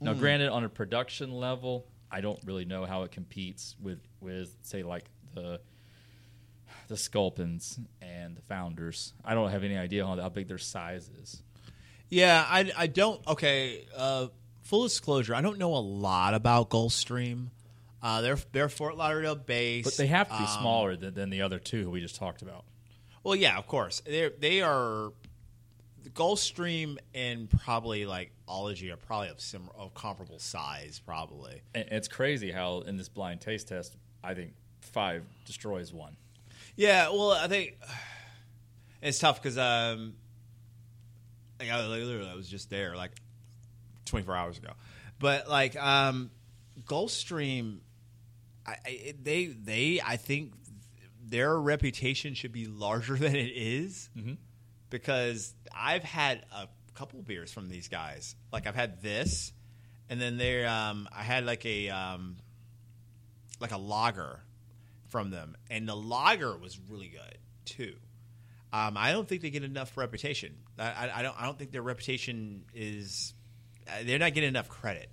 Speaker 2: Now,
Speaker 3: Mm.
Speaker 2: granted, on a production level, I don't really know how it competes with with say like the the Sculpins and the Founders. I don't have any idea how, how big their size is.
Speaker 3: Yeah, I, I don't. Okay, uh, full disclosure, I don't know a lot about Gulfstream. Uh, they're they're Fort Lauderdale based,
Speaker 2: But they have to be
Speaker 3: Uh,
Speaker 2: smaller than, than the other two who we just talked about.
Speaker 3: well, yeah, of course. They they are Gulfstream and probably like Ology are probably of sim of comparable size, probably.
Speaker 2: And it's crazy how in this blind taste test, I think five destroys one.
Speaker 3: Yeah, well, I think it's tough because um, like I like, literally I was just there like 24 hours ago, but like um, Gulfstream, I, I it- they they I think their reputation should be larger than it is because I've had a couple beers from these guys. Like I've had this, and then they um, I had like a um, like a lager from them, and the lager was really good too. Um, I don't think they get enough reputation. I, I, I don't. I don't think their reputation is. uh, They're not getting enough credit.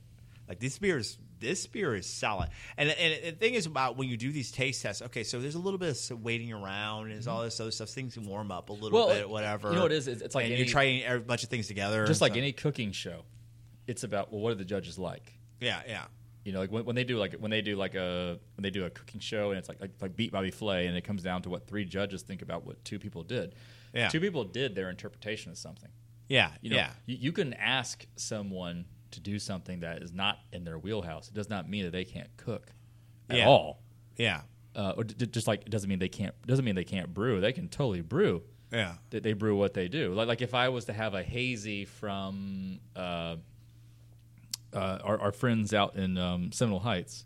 Speaker 3: Like this beer is. This beer is solid. And and the thing is about when you do these taste tests. Okay, so there's a little bit of waiting around and all this other stuff. Things can warm up a little
Speaker 2: Mm-hmm. Well,
Speaker 3: bit, whatever.
Speaker 2: you know what it is? It's- it's like
Speaker 3: and
Speaker 2: any-
Speaker 3: you're trying a bunch of things together.
Speaker 2: Just
Speaker 3: and
Speaker 2: like
Speaker 3: stuff.
Speaker 2: any cooking show, it's about well, what are the judges like?
Speaker 3: Yeah, yeah,
Speaker 2: You know, like when, when they do like when they do like a when they do a cooking show and it's like like, like beat Bobby Flay and it comes down to what three judges think about what two people did.
Speaker 3: Yeah.
Speaker 2: Two people did their interpretation of something.
Speaker 3: yeah,
Speaker 2: You know,
Speaker 3: yeah.
Speaker 2: you, you can ask someone to do something that is not in their wheelhouse. It does not mean that they can't cook at
Speaker 3: Yeah.
Speaker 2: all.
Speaker 3: Yeah,
Speaker 2: Uh, or d- d- just like it doesn't mean they can't doesn't mean they can't brew. They can totally brew.
Speaker 3: yeah,
Speaker 2: They, they brew what they do. Like like if I was to have a hazy from uh, uh, our, our friends out in um, Seminole Heights.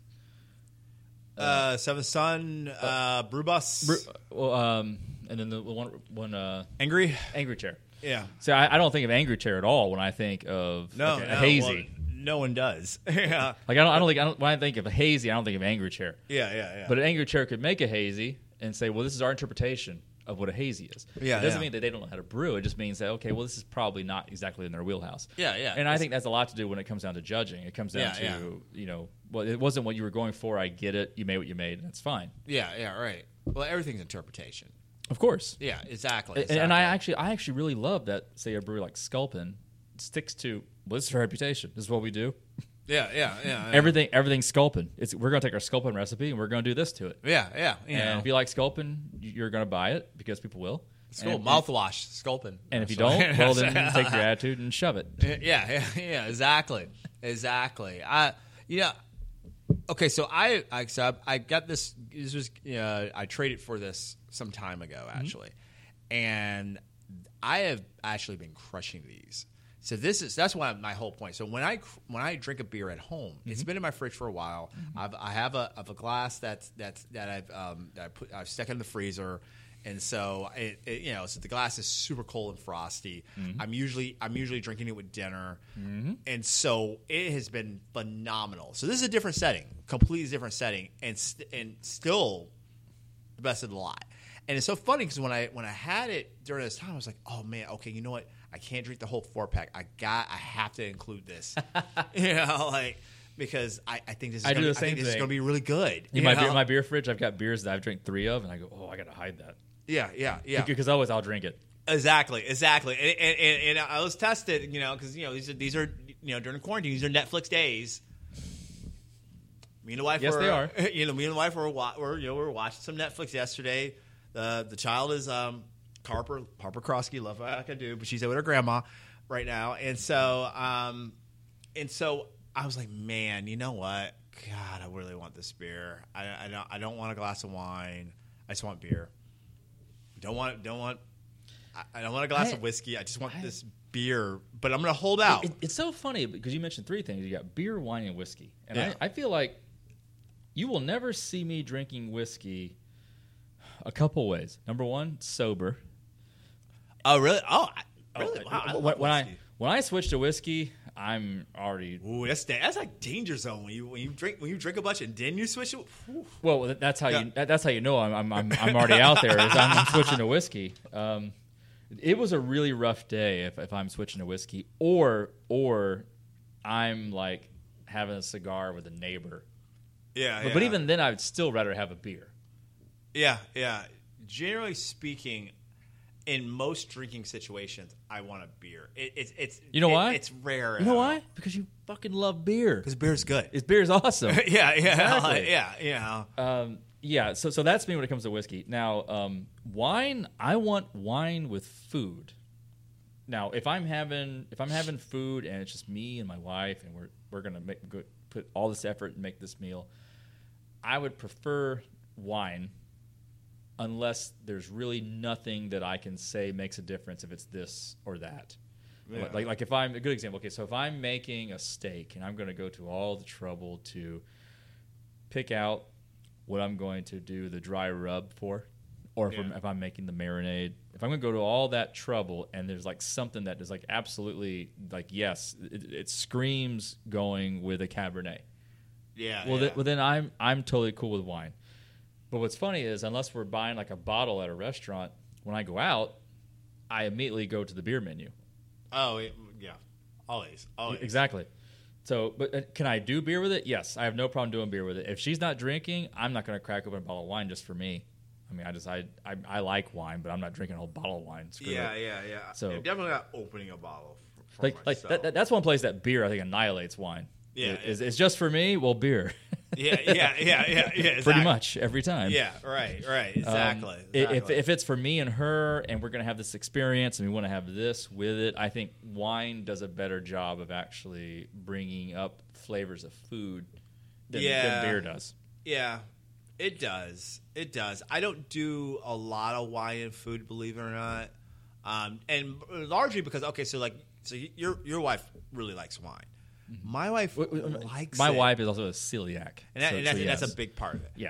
Speaker 3: Uh, Seventh Son, uh, Brewbus,
Speaker 2: Bru- well, um, and then the one, one uh,
Speaker 3: Angry.
Speaker 2: angry chair.
Speaker 3: Yeah.
Speaker 2: So I, I don't think of angry chair at all when I think of
Speaker 3: No,
Speaker 2: like, a
Speaker 3: no,
Speaker 2: hazy.
Speaker 3: well, no one does. yeah,
Speaker 2: like I don't, I don't think I don't, when I think of hazy, I don't think of angry chair.
Speaker 3: yeah, yeah, yeah.
Speaker 2: But an angry chair could make a hazy and say, well, this is our interpretation of what a hazy is.
Speaker 3: Yeah,
Speaker 2: It doesn't
Speaker 3: yeah.
Speaker 2: mean that they don't know how to brew. It just means that okay, well, this is probably not exactly in their wheelhouse.
Speaker 3: Yeah, yeah.
Speaker 2: And I think that's a lot to do when it comes down to judging. It comes down
Speaker 3: Yeah, yeah.
Speaker 2: to you know, well, it wasn't what you were going for. I get it. You made what you made. and That's fine.
Speaker 3: yeah, yeah, right. Well, everything's interpretation.
Speaker 2: Of course.
Speaker 3: Yeah, exactly.
Speaker 2: And, and I actually, I actually really love that. Say a brewery like Sculpin sticks to well, this is our reputation. This is what we do.
Speaker 3: yeah, yeah, yeah,
Speaker 2: Everything, everything's Sculpin. It's we're gonna take our Sculpin recipe and we're gonna do this to it.
Speaker 3: yeah, yeah. You
Speaker 2: And if you like Sculpin, you're gonna buy it because people will. And,
Speaker 3: mouthwash, Sculpin.
Speaker 2: and if you don't, well then take your attitude and shove it.
Speaker 3: yeah, Uh, yeah, yeah, exactly, exactly. I, yeah. Okay, so I, I, so I, I got this. This was, uh, I traded for this some time ago, actually, and I have actually been crushing these. So this is that's why my whole point. So when I cr- when I drink a beer at home, it's been in my fridge for a while. I've, I have a, I have a glass that's that's that I've um, that I put I've stuck in the freezer, and so it, it, you know so the glass is super cold and frosty.
Speaker 2: Mm-hmm.
Speaker 3: I'm usually I'm usually drinking it with dinner, and so it has been phenomenal. So this is a different setting, completely different setting, and st- and still the best of the lot. And it's so funny because when I when I had it during this time, I was like, oh man, okay, you know what? I can't drink the whole four pack. I got, I have to include this, you know, like because I, I think this is
Speaker 2: I do
Speaker 3: gonna,
Speaker 2: the
Speaker 3: I
Speaker 2: same
Speaker 3: think this is
Speaker 2: thing.
Speaker 3: going to be really good.
Speaker 2: In
Speaker 3: you
Speaker 2: my
Speaker 3: know?
Speaker 2: beer, my beer fridge, I've got beers that I've drank three of, and I go, oh, I gotta hide that
Speaker 3: yeah, yeah, yeah.
Speaker 2: because always I'll drink it.
Speaker 3: Exactly, exactly, and, and, and, and I was tested, you know, because you know these are these are you know during quarantine these are Netflix days. Me and the wife,
Speaker 2: Yes,
Speaker 3: were,
Speaker 2: they are.
Speaker 3: You know, me and the wife were, wa- were you know we were watching some Netflix yesterday. Uh, the child is um, Harper Harper Krosky, love her like I do, but she's out with her grandma right now, and so um, and so I was like, man, you know what? God, I really want this beer. I, I don't I don't want a glass of wine. I just want beer. Don't want don't want. I- I don't want a glass
Speaker 2: I-
Speaker 3: of whiskey. I just want
Speaker 2: I-
Speaker 3: this beer, but I'm gonna hold out.
Speaker 2: It- it's so funny because you mentioned three things. You got beer, wine, and whiskey. And
Speaker 3: Yeah.
Speaker 2: I, I feel like you will never see me drinking whiskey a couple ways. Number one, sober.
Speaker 3: oh really? Oh, I,
Speaker 2: Oh,
Speaker 3: really?
Speaker 2: I-
Speaker 3: Wow. I
Speaker 2: when,
Speaker 3: love
Speaker 2: when I
Speaker 3: whiskey.
Speaker 2: when I switch to whiskey, I'm already
Speaker 3: Ooh, that's da- that's like danger zone when you when you drink when you drink a bunch and then you switch. It, whew.
Speaker 2: well. th- That's how
Speaker 3: Yeah.
Speaker 2: you that, that's how you know I'm I'm, I'm, I'm already out there. Is I'm, I'm switching to whiskey. Um, it was a really rough day if, if I'm switching to whiskey or or I'm like having a cigar with a neighbor.
Speaker 3: yeah,
Speaker 2: But,
Speaker 3: yeah.
Speaker 2: but even then, I'd still rather have a beer.
Speaker 3: yeah, yeah. Generally speaking, in most drinking situations, I want a beer. It, it's it's
Speaker 2: You know
Speaker 3: it-
Speaker 2: why?
Speaker 3: It's rare.
Speaker 2: You know why? Because you fucking love beer.
Speaker 3: Because beer's good.
Speaker 2: Because beer's awesome.
Speaker 3: yeah, yeah,
Speaker 2: Exactly.
Speaker 3: yeah, yeah.
Speaker 2: um, yeah, so so that's me when it comes to whiskey. Now, um, wine, I want wine with food. Now, if I'm having if I'm having food and it's just me and my wife and we're we're gonna make go, put all this effort and make this meal, I would prefer wine, unless there's really nothing that I can say makes a difference if it's this or that.
Speaker 3: Yeah.
Speaker 2: Like like if I'm a good example. Okay, so if I'm making a steak and I'm gonna go to all the trouble to pick out what I'm going to do the dry rub for, or if, I'm,
Speaker 3: Yeah.
Speaker 2: if I'm making the marinade. If I'm going to go to all that trouble and there's like something that is like absolutely like yes, it, it screams going with a cabernet.
Speaker 3: Yeah.
Speaker 2: Well,
Speaker 3: yeah.
Speaker 2: th- well, then I'm I'm totally cool with wine. But what's funny is unless we're buying like a bottle at a restaurant, when I go out, I immediately go to the beer menu.
Speaker 3: oh, it- yeah. Always, always.
Speaker 2: Exactly. So, but uh, can I do beer with it? Yes, I have no problem doing beer with it. If she's not drinking, I'm not going to crack open a bottle of wine just for me. I mean, I just I I, I like wine, but I'm not drinking a whole bottle of wine. Screw
Speaker 3: Yeah,
Speaker 2: it.
Speaker 3: yeah, yeah.
Speaker 2: So-
Speaker 3: I'm definitely not opening a bottle. For, for
Speaker 2: Like like
Speaker 3: myself.
Speaker 2: that, that- that's one place that beer I think annihilates wine.
Speaker 3: Yeah,
Speaker 2: It- is it's just for me. Well, beer,
Speaker 3: yeah, yeah, yeah, yeah, yeah. exactly.
Speaker 2: pretty much every time.
Speaker 3: Yeah, right, right,
Speaker 2: Um,
Speaker 3: exactly.
Speaker 2: i- If,
Speaker 3: exactly.
Speaker 2: if it's for me and her, and we're going to have this experience, and we want to have this with it, I think wine does a better job of actually bringing up flavors of food than,
Speaker 3: Yeah.
Speaker 2: than beer does.
Speaker 3: yeah, it does, it does. I don't do a lot of wine and food, believe it or not, um, and largely because okay, so like, so y- your your wife really likes wine. My wife
Speaker 2: Wait, wait, wait,
Speaker 3: likes
Speaker 2: Mm-hmm. my
Speaker 3: it.
Speaker 2: wife is also a celiac,
Speaker 3: and, that,
Speaker 2: so-
Speaker 3: and that's,
Speaker 2: so
Speaker 3: that's
Speaker 2: yes.
Speaker 3: a big part of it.
Speaker 2: yeah.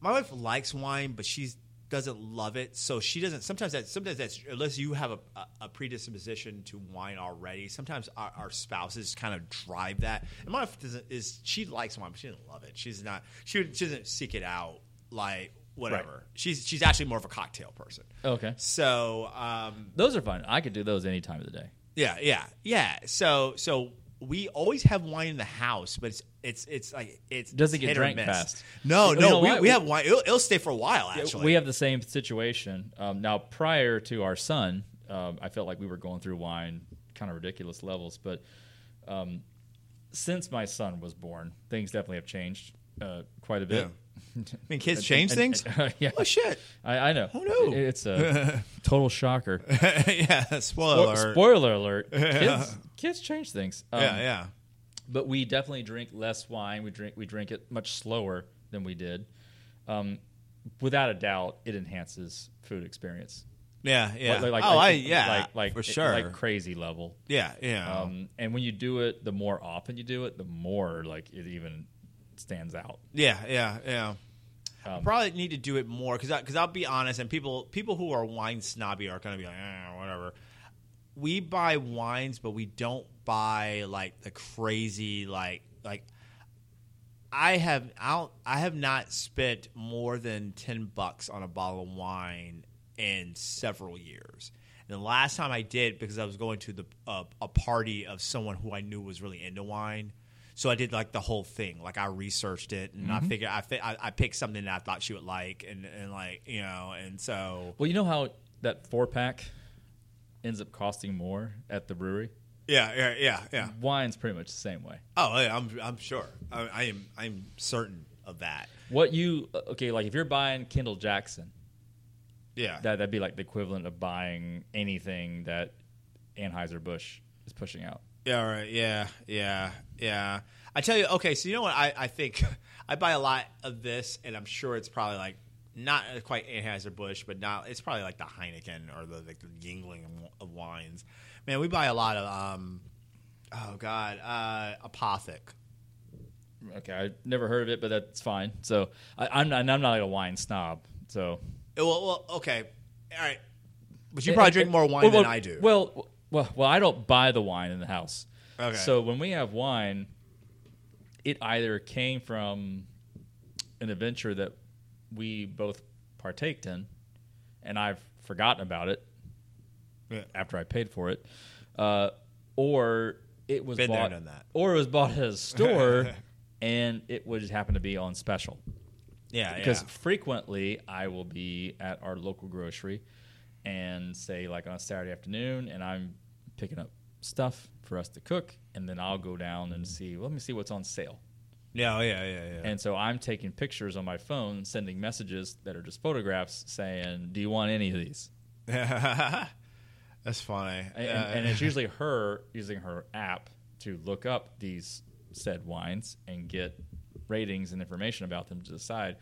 Speaker 3: my wife likes wine, but she doesn't love it. So she doesn't. Sometimes that. Sometimes that's unless you have a, a, a predisposition to wine already. Sometimes our, our spouses kind of drive that. And my wife doesn't. Is she likes wine, but she doesn't love it. She's not. She, would- she doesn't seek it out like whatever. She's she's actually more of a cocktail person.
Speaker 2: Okay,
Speaker 3: So um,
Speaker 2: those are fun. I could do those any time of the day.
Speaker 3: yeah, yeah, yeah. So so we always have wine in the house, but it's it's it's like it's
Speaker 2: Doesn't get
Speaker 3: hit or
Speaker 2: drank
Speaker 3: miss.
Speaker 2: fast.
Speaker 3: No,
Speaker 2: You
Speaker 3: no,
Speaker 2: know
Speaker 3: we,
Speaker 2: what?
Speaker 3: we have wine. It'll, it'll stay for a while. Actually,
Speaker 2: we have the same situation um, now. Prior to our son, um, I felt like we were going through wine kind of ridiculous levels, but um, since my son was born, things definitely have changed uh, quite a bit.
Speaker 3: I mean, kids change
Speaker 2: And-
Speaker 3: things.
Speaker 2: and- yeah,
Speaker 3: oh shit!
Speaker 2: I, I know.
Speaker 3: Who knew?
Speaker 2: It- it's a total shocker.
Speaker 3: yeah, spoiler. alert.
Speaker 2: Spoiler alert: kids, kids change things. Um,
Speaker 3: yeah, yeah,
Speaker 2: but we definitely drink less wine. We drink we drink it much slower than we did. Um, without a doubt, it enhances food experience.
Speaker 3: Yeah, yeah.
Speaker 2: Like, like,
Speaker 3: oh, I,
Speaker 2: like-
Speaker 3: yeah,
Speaker 2: like like
Speaker 3: for sure.
Speaker 2: like crazy level.
Speaker 3: yeah, yeah.
Speaker 2: Um, and when you do it, the more often you do it, the more like it even stands out.
Speaker 3: Yeah, yeah, yeah. I
Speaker 2: um,
Speaker 3: probably need to do it more because because I'll be honest, and people people who are wine snobby are going to be like, eh, whatever. We buy wines, but we don't buy like the crazy like like. I have I don't, I have not spent more than ten bucks on a bottle of wine in several years. And the last time I did because I was going to the uh, a party of someone who I knew was really into wine, so I did like the whole thing. Like I researched it and I figured I, fi- I I picked something that I thought she would like and and like you know and so
Speaker 2: Well, you know how that four pack ends up costing more at the brewery.
Speaker 3: yeah yeah yeah yeah.
Speaker 2: Wine's pretty much the same way.
Speaker 3: Oh, yeah, I'm I'm sure. I, I am I'm certain of that.
Speaker 2: What you uh, okay? Like if you're buying Kendall Jackson,
Speaker 3: Yeah.
Speaker 2: that that'd be like the equivalent of buying anything that Anheuser Busch is pushing out.
Speaker 3: Yeah, right. Yeah, yeah, yeah. I tell you, okay, so you know what? I, I think I buy a lot of this, and I'm sure it's probably like not quite Anheuser-Busch, but not, it's probably like the Heineken or the, like the Yingling of wines. Man, we buy a lot of, um, oh God, uh, Apothic.
Speaker 2: Okay, I never heard of it, but that's fine. So I, I'm not, and I'm not like a wine snob. So
Speaker 3: Well, well, okay. All right. But you probably drink more wine
Speaker 2: Eh, Well,
Speaker 3: than I do.
Speaker 2: Well, well, well, I don't buy the wine in the house.
Speaker 3: Okay.
Speaker 2: So when we have wine, it either came from an adventure that we both partaked in, and I've forgotten about it
Speaker 3: Yeah.
Speaker 2: after I paid for it, uh, or it was
Speaker 3: Been there,
Speaker 2: bought,
Speaker 3: done that.
Speaker 2: or it was bought at a store, and it would just happen to be on special
Speaker 3: yeah,
Speaker 2: because
Speaker 3: yeah.
Speaker 2: frequently I will be at our local grocery and say like on a Saturday afternoon and I'm picking up stuff for us to cook and then I'll go down and see let me see what's on sale.
Speaker 3: Yeah, yeah, yeah, Mm. yeah.
Speaker 2: And so I'm taking pictures on my phone, sending messages that are just photographs saying, "Do you want any of these?"
Speaker 3: That's funny. Uh,
Speaker 2: And,
Speaker 3: Yeah.
Speaker 2: and it's usually her using her app to look up these said wines and get ratings and information about them to decide,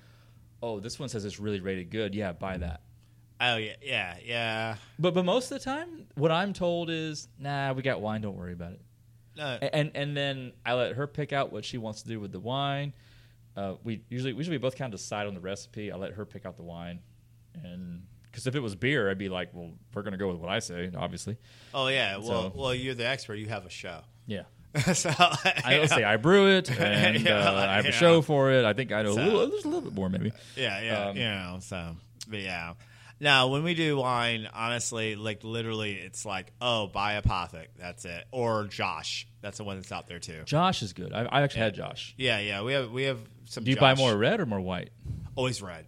Speaker 2: "Oh, this one says it's really rated good. Yeah, buy that."
Speaker 3: oh, yeah, yeah, yeah.
Speaker 2: But but most of the time, what I'm told is, nah, we got wine. Don't worry about it.
Speaker 3: No,
Speaker 2: A- And and then I let her pick out what she wants to do with the wine. Uh, we usually usually we both kind of decide on the recipe. I let her pick out the wine, and because if it was beer, I'd be like, well, we're gonna go with what I say, obviously.
Speaker 3: Oh yeah. Well,
Speaker 2: So-
Speaker 3: well, you're the expert. You have a show.
Speaker 2: Yeah,
Speaker 3: so
Speaker 2: I would say I brew it, and
Speaker 3: Yeah,
Speaker 2: uh, I have
Speaker 3: yeah.
Speaker 2: a show for it. I think I know
Speaker 3: So-
Speaker 2: a little, there's a little bit more maybe.
Speaker 3: yeah, yeah,
Speaker 2: um,
Speaker 3: you know. So, but yeah. Now, when we do wine, honestly, like literally, it's like, oh, buy Apothic. That's it. Or Josh. That's the one that's out there too.
Speaker 2: Josh is good. I, I actually had Josh.
Speaker 3: Yeah, yeah. We have we have some.
Speaker 2: Do you buy
Speaker 3: Josh.
Speaker 2: more red or more white?
Speaker 3: Always red.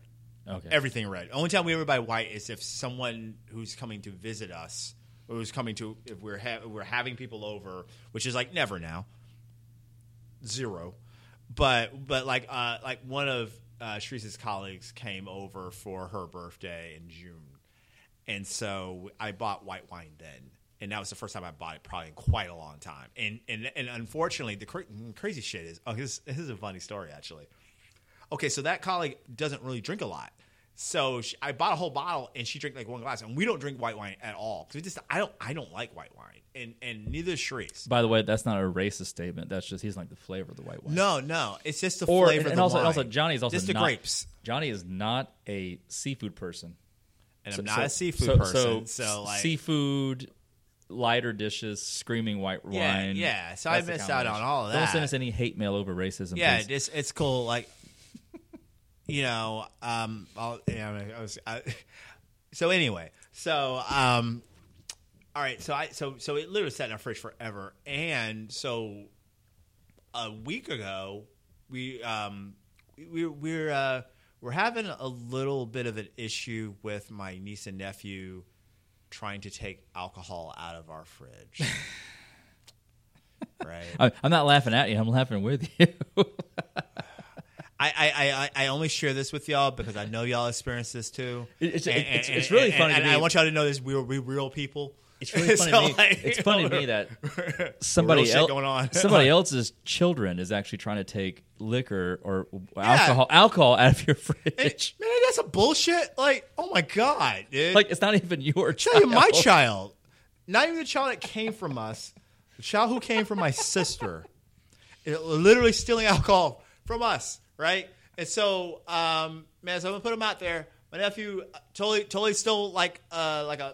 Speaker 2: Okay.
Speaker 3: Everything red. Only time we ever buy white is if someone who's coming to visit us, or who's coming to if we're ha- we're having people over, which is like never now, zero. But but like uh like one of uh, Sharice's colleagues came over for her birthday in June, and so I bought white wine then. And that was the first time I bought it, probably in quite a long time. And and, and unfortunately, the cra- crazy shit is oh, this, this is a funny story actually okay, so that colleague doesn't really drink a lot. So she, I bought a whole bottle and she drank like one glass. And we don't drink white wine at all because just I don't I don't like white wine, and and neither is Sharice.
Speaker 2: By the way, that's not a racist statement. That's just he's like the flavor of the white wine.
Speaker 3: No, no, it's just the
Speaker 2: or
Speaker 3: flavor
Speaker 2: and,
Speaker 3: of
Speaker 2: and
Speaker 3: the
Speaker 2: also,
Speaker 3: wine.
Speaker 2: and also Johnny is also
Speaker 3: just the
Speaker 2: not-
Speaker 3: grapes.
Speaker 2: Johnny is not a seafood person.
Speaker 3: And
Speaker 2: So-
Speaker 3: I'm not
Speaker 2: so-
Speaker 3: a seafood
Speaker 2: so-
Speaker 3: person, so,
Speaker 2: s-
Speaker 3: like
Speaker 2: seafood, lighter dishes, screaming white
Speaker 3: Yeah,
Speaker 2: wine.
Speaker 3: yeah, so I
Speaker 2: the
Speaker 3: missed out on
Speaker 2: combination.
Speaker 3: all of
Speaker 2: Don't send
Speaker 3: that.
Speaker 2: us any hate mail over racism.
Speaker 3: yeah,
Speaker 2: please.
Speaker 3: it's it's cool. Like you know, um, I'll, yeah, I mean, I was, I, so anyway, so um, all right, so I so so it literally sat in our fridge forever, and so a week ago we um we- we we're uh, we're having a little bit of an issue with my niece and nephew trying to take alcohol out of our fridge. right.
Speaker 2: I, I'm not laughing at you. I'm laughing with you.
Speaker 3: I, I, I, I only share this with y'all because I know y'all experience this too.
Speaker 2: It- it's-
Speaker 3: And-
Speaker 2: it's-
Speaker 3: and-
Speaker 2: it's really
Speaker 3: and-
Speaker 2: funny to
Speaker 3: And
Speaker 2: me.
Speaker 3: I want y'all to know this. We're, we real people.
Speaker 2: it's really funny. to me,
Speaker 3: So, like,
Speaker 2: it's funny to me that
Speaker 3: real
Speaker 2: somebody
Speaker 3: shit
Speaker 2: else,
Speaker 3: going on.
Speaker 2: somebody else's children is actually trying to take liquor or alcohol alcohol out of your fridge.
Speaker 3: Man, that's a bullshit. Like, oh my god, dude.
Speaker 2: like it's not even your
Speaker 3: tell
Speaker 2: child.
Speaker 3: you, my child, not even the child that came from us, the child who came from my sister, it- literally stealing alcohol from us, right? And so, um, man, so I'm gonna put him out there. My nephew uh, totally, totally still like, uh, like a. uh,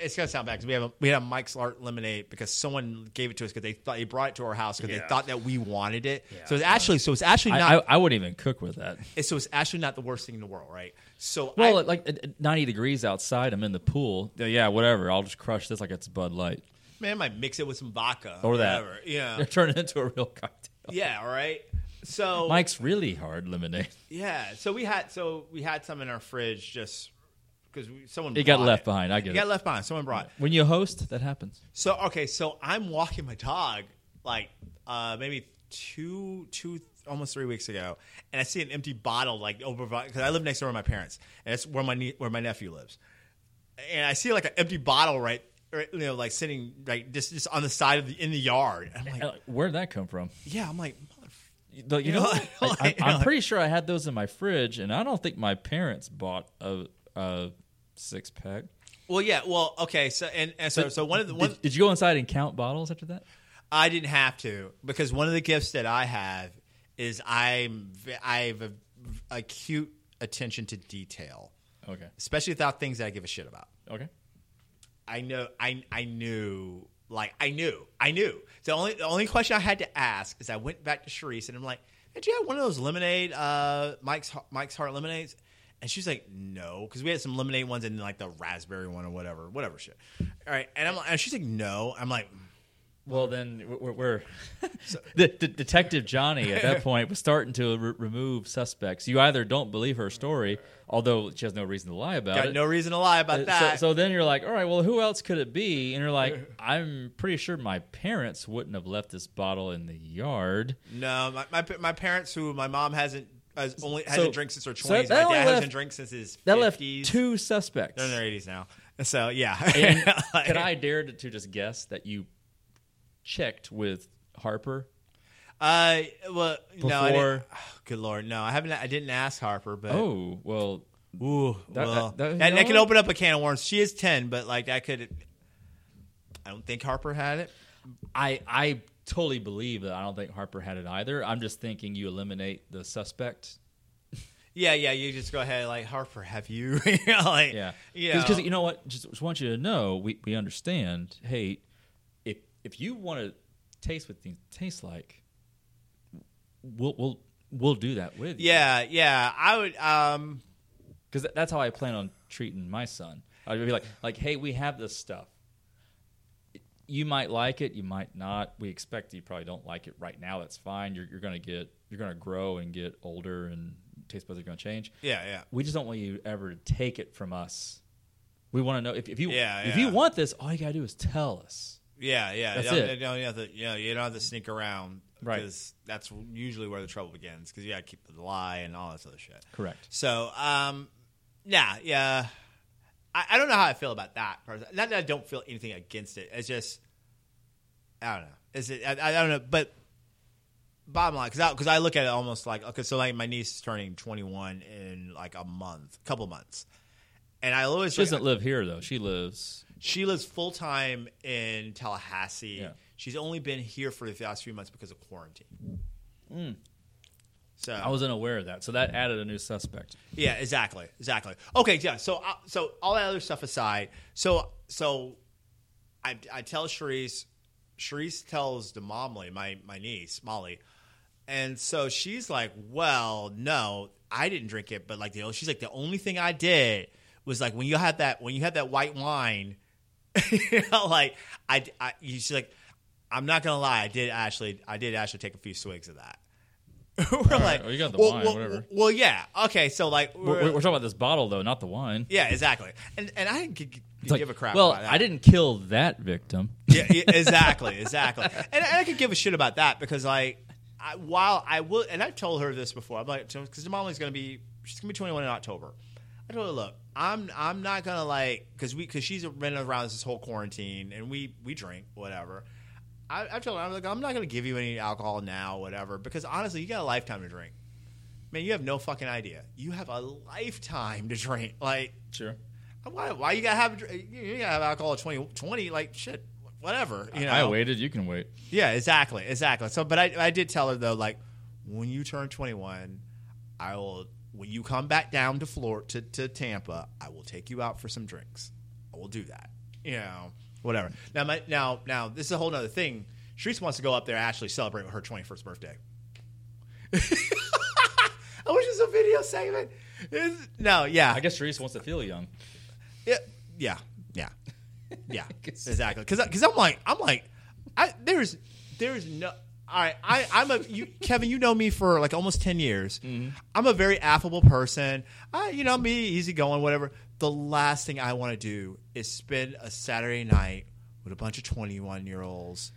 Speaker 3: It's gonna sound bad because we have a, we had a Mike's Art lemonade because someone gave it to us because they thought they brought it to our house because they
Speaker 4: Yeah.
Speaker 3: thought that we wanted it. so it's actually, so it's actually
Speaker 2: I,
Speaker 3: not,
Speaker 2: I, I wouldn't even cook with that.
Speaker 3: so it's actually not the worst thing in the world, right? So I-
Speaker 2: Well, like at- at 90 degrees outside, I'm in the pool. Yeah, whatever. I'll just crush this like it's Bud Light
Speaker 3: Man, I might mix it with some vodka
Speaker 2: or that.
Speaker 3: whatever. Yeah,
Speaker 2: They're turning into a real cocktail.
Speaker 3: yeah. All right. So
Speaker 2: Mike's really hard lemonade.
Speaker 3: yeah, so we had so we had some in our fridge just because someone
Speaker 2: It got
Speaker 3: brought
Speaker 2: left behind. I
Speaker 3: It
Speaker 2: get
Speaker 3: got
Speaker 2: it.
Speaker 3: left behind. Someone brought. it.
Speaker 2: When you host, that happens.
Speaker 3: So okay, so I'm walking my dog like uh, maybe two two almost three weeks ago, and I see an empty bottle like over because I live next door to my parents, and it's where my nie- where my nephew lives, and I see like an empty bottle right. right, You know, like sitting like just just on the side of the in the yard. I'm like,
Speaker 2: Where'd that come from?
Speaker 3: yeah. I'm like, mother-
Speaker 2: You, know,
Speaker 3: what?
Speaker 2: I,
Speaker 3: Like,
Speaker 2: am
Speaker 3: like-
Speaker 2: pretty sure I had those in my fridge, and I don't think my parents bought a, a six pack.
Speaker 3: well, yeah. Well, okay. So and, and so so one of the one
Speaker 2: Did, did you go inside and count bottles after that?
Speaker 3: I didn't have to because one of the gifts that I have is I'm v- I have a, acute attention to detail,
Speaker 2: Okay.
Speaker 3: especially without things that I give a shit about.
Speaker 2: Okay.
Speaker 3: I know I I knew like I knew I knew. The only the only question I had to ask is I went back to Sharice and I'm like, "Did you have one of those lemonade uh, Mike's Mike's Heart lemonades?" And she's like, "No," because we had some lemonade ones and like the raspberry one or whatever, whatever shit. All right, and I'm like, and she's like, "No," I'm like.
Speaker 2: Well, then we're, we're the, the detective Johnny at that point was starting to re- remove suspects. You either don't believe her story, although she has no reason to lie about
Speaker 3: Got
Speaker 2: it.
Speaker 3: no reason to lie
Speaker 2: Uh,
Speaker 3: about
Speaker 2: so-
Speaker 3: that.
Speaker 2: So, then you're like, all right, well, who else could it be? And you're like, I'm pretty sure my parents wouldn't have left this bottle in the yard.
Speaker 3: No, my, my my parents who my mom hasn't has only hasn't drank since her
Speaker 2: so
Speaker 3: twenties.
Speaker 2: that
Speaker 3: my
Speaker 2: only
Speaker 3: dad
Speaker 2: left-
Speaker 3: hasn't drank since his
Speaker 2: That
Speaker 3: 50s.
Speaker 2: left two suspects.
Speaker 3: They're in their eighties now. So yeah,
Speaker 2: And
Speaker 3: Like,
Speaker 2: could I dare to, to just guess that you checked with Harper?
Speaker 3: Uh, well, no, I didn't,
Speaker 2: Before-
Speaker 3: oh, good lord, no, I haven't. I didn't ask Harper, but
Speaker 2: Oh, well,
Speaker 3: ooh,
Speaker 2: That-
Speaker 3: well,
Speaker 2: that- that- you
Speaker 3: that,
Speaker 2: know
Speaker 3: that could
Speaker 2: what?
Speaker 3: open up a can of worms. She is ten, but like I could. I don't think Harper had it.
Speaker 2: I I totally believe that I don't think Harper had it either. I'm just thinking you eliminate the suspect.
Speaker 3: Yeah, yeah. You just go ahead, like Harper. Have you? you know, like,
Speaker 2: Yeah.
Speaker 3: you know.
Speaker 2: Because you know what? Just, just want you to know, we, we understand, hey, if if you want to taste what things taste like, we'll we'll we'll do that with you.
Speaker 3: yeah, yeah. I would. Um,
Speaker 2: Because that's how I plan on treating my son. I'd be like, like, hey, we have this stuff. You might like it, you might not. We expect you probably don't like it right now. That's fine. You're, you're gonna get, you're gonna grow and get older, and taste buds are gonna change.
Speaker 3: yeah, yeah.
Speaker 2: We just don't want you ever to take it from us. We want to know if, if you
Speaker 3: Yeah,
Speaker 2: if
Speaker 3: yeah.
Speaker 2: you want this, all you gotta do is tell us.
Speaker 3: Yeah, yeah.
Speaker 2: That's
Speaker 3: you don't,
Speaker 2: it.
Speaker 3: You don't have to, you know, you don't have to sneak around
Speaker 2: Right.
Speaker 3: because that's usually where the trouble begins because you got to keep the lie and all this other shit.
Speaker 2: Correct.
Speaker 3: So, um, yeah, yeah. I, I don't know how I feel about that. part. Not that I don't feel anything against it. It's just, I don't know. Is it? I, I don't know. But bottom line, because I, 'cause I look at it almost like okay, so like my niece is turning twenty one in like a month, couple months, and I always
Speaker 2: She doesn't live here though. She lives.
Speaker 3: she lives full time in Tallahassee.
Speaker 2: Yeah.
Speaker 3: She's only been here for the last few months because of quarantine. So
Speaker 2: Mm. I wasn't aware of that, so that added a new suspect.
Speaker 3: yeah, exactly, exactly. Okay, yeah. So uh, so all that other stuff aside, so so I I tell Sharice, Sharice tells the Momley, my my niece Molly, and so she's like, well, no, I didn't drink it, but like the she's like the only thing I did was like when you had that when you had that white wine, you know, like I, I she's like, I'm not gonna lie, I did actually I did actually take a few swigs of that. we're like,
Speaker 2: well, oh, you got the
Speaker 3: well,
Speaker 2: wine,
Speaker 3: well,
Speaker 2: whatever.
Speaker 3: Well, yeah, okay, so like,
Speaker 2: We're,
Speaker 3: we're,
Speaker 2: we're talking about this bottle though, not the wine.
Speaker 3: yeah, exactly, and and I didn't g- g-
Speaker 2: It's like,
Speaker 3: give a crap.
Speaker 2: Well,
Speaker 3: about that.
Speaker 2: I didn't kill that victim.
Speaker 3: yeah, yeah, exactly, exactly. And, and I could give a shit about that because, like, I, while I will, and I've told her this before, I'm like, because Molly's going to be, she's going to be 21 in October. I told her, look, I'm I'm not gonna like because we because she's been around this whole quarantine and we we drink whatever. I, I've told her I'm like I'm not gonna give you any alcohol now whatever because honestly you got a lifetime to drink. Man, you have no fucking idea. You have a lifetime to drink. Like
Speaker 5: Sure.
Speaker 3: why why you gotta have a dr- you you gotta have alcohol at 20, 20 like shit whatever you know
Speaker 2: I waited. You can wait.
Speaker 3: yeah, exactly, exactly. So, but I, I did tell her though, like when you turn 21, I will. When you come back down to Florida to, to Tampa, I will take you out for some drinks. I will do that. You know, whatever. Now, my now now this is a whole nother thing. Sharice wants to go up there and actually celebrate her 21st birthday. I wish it was a video segment. It's- no, yeah,
Speaker 5: I guess Reese wants to feel young.
Speaker 3: yeah, yeah, yeah, yeah. exactly. Because because I'm like I'm like I there's there's no. All right, I, I'm a you, Kevin. You know me for like almost ten years.
Speaker 2: Mm-hmm.
Speaker 3: I'm a very affable person. I, you know me, easygoing, whatever. The last thing I want to do is spend a Saturday night with a bunch of twenty-one year olds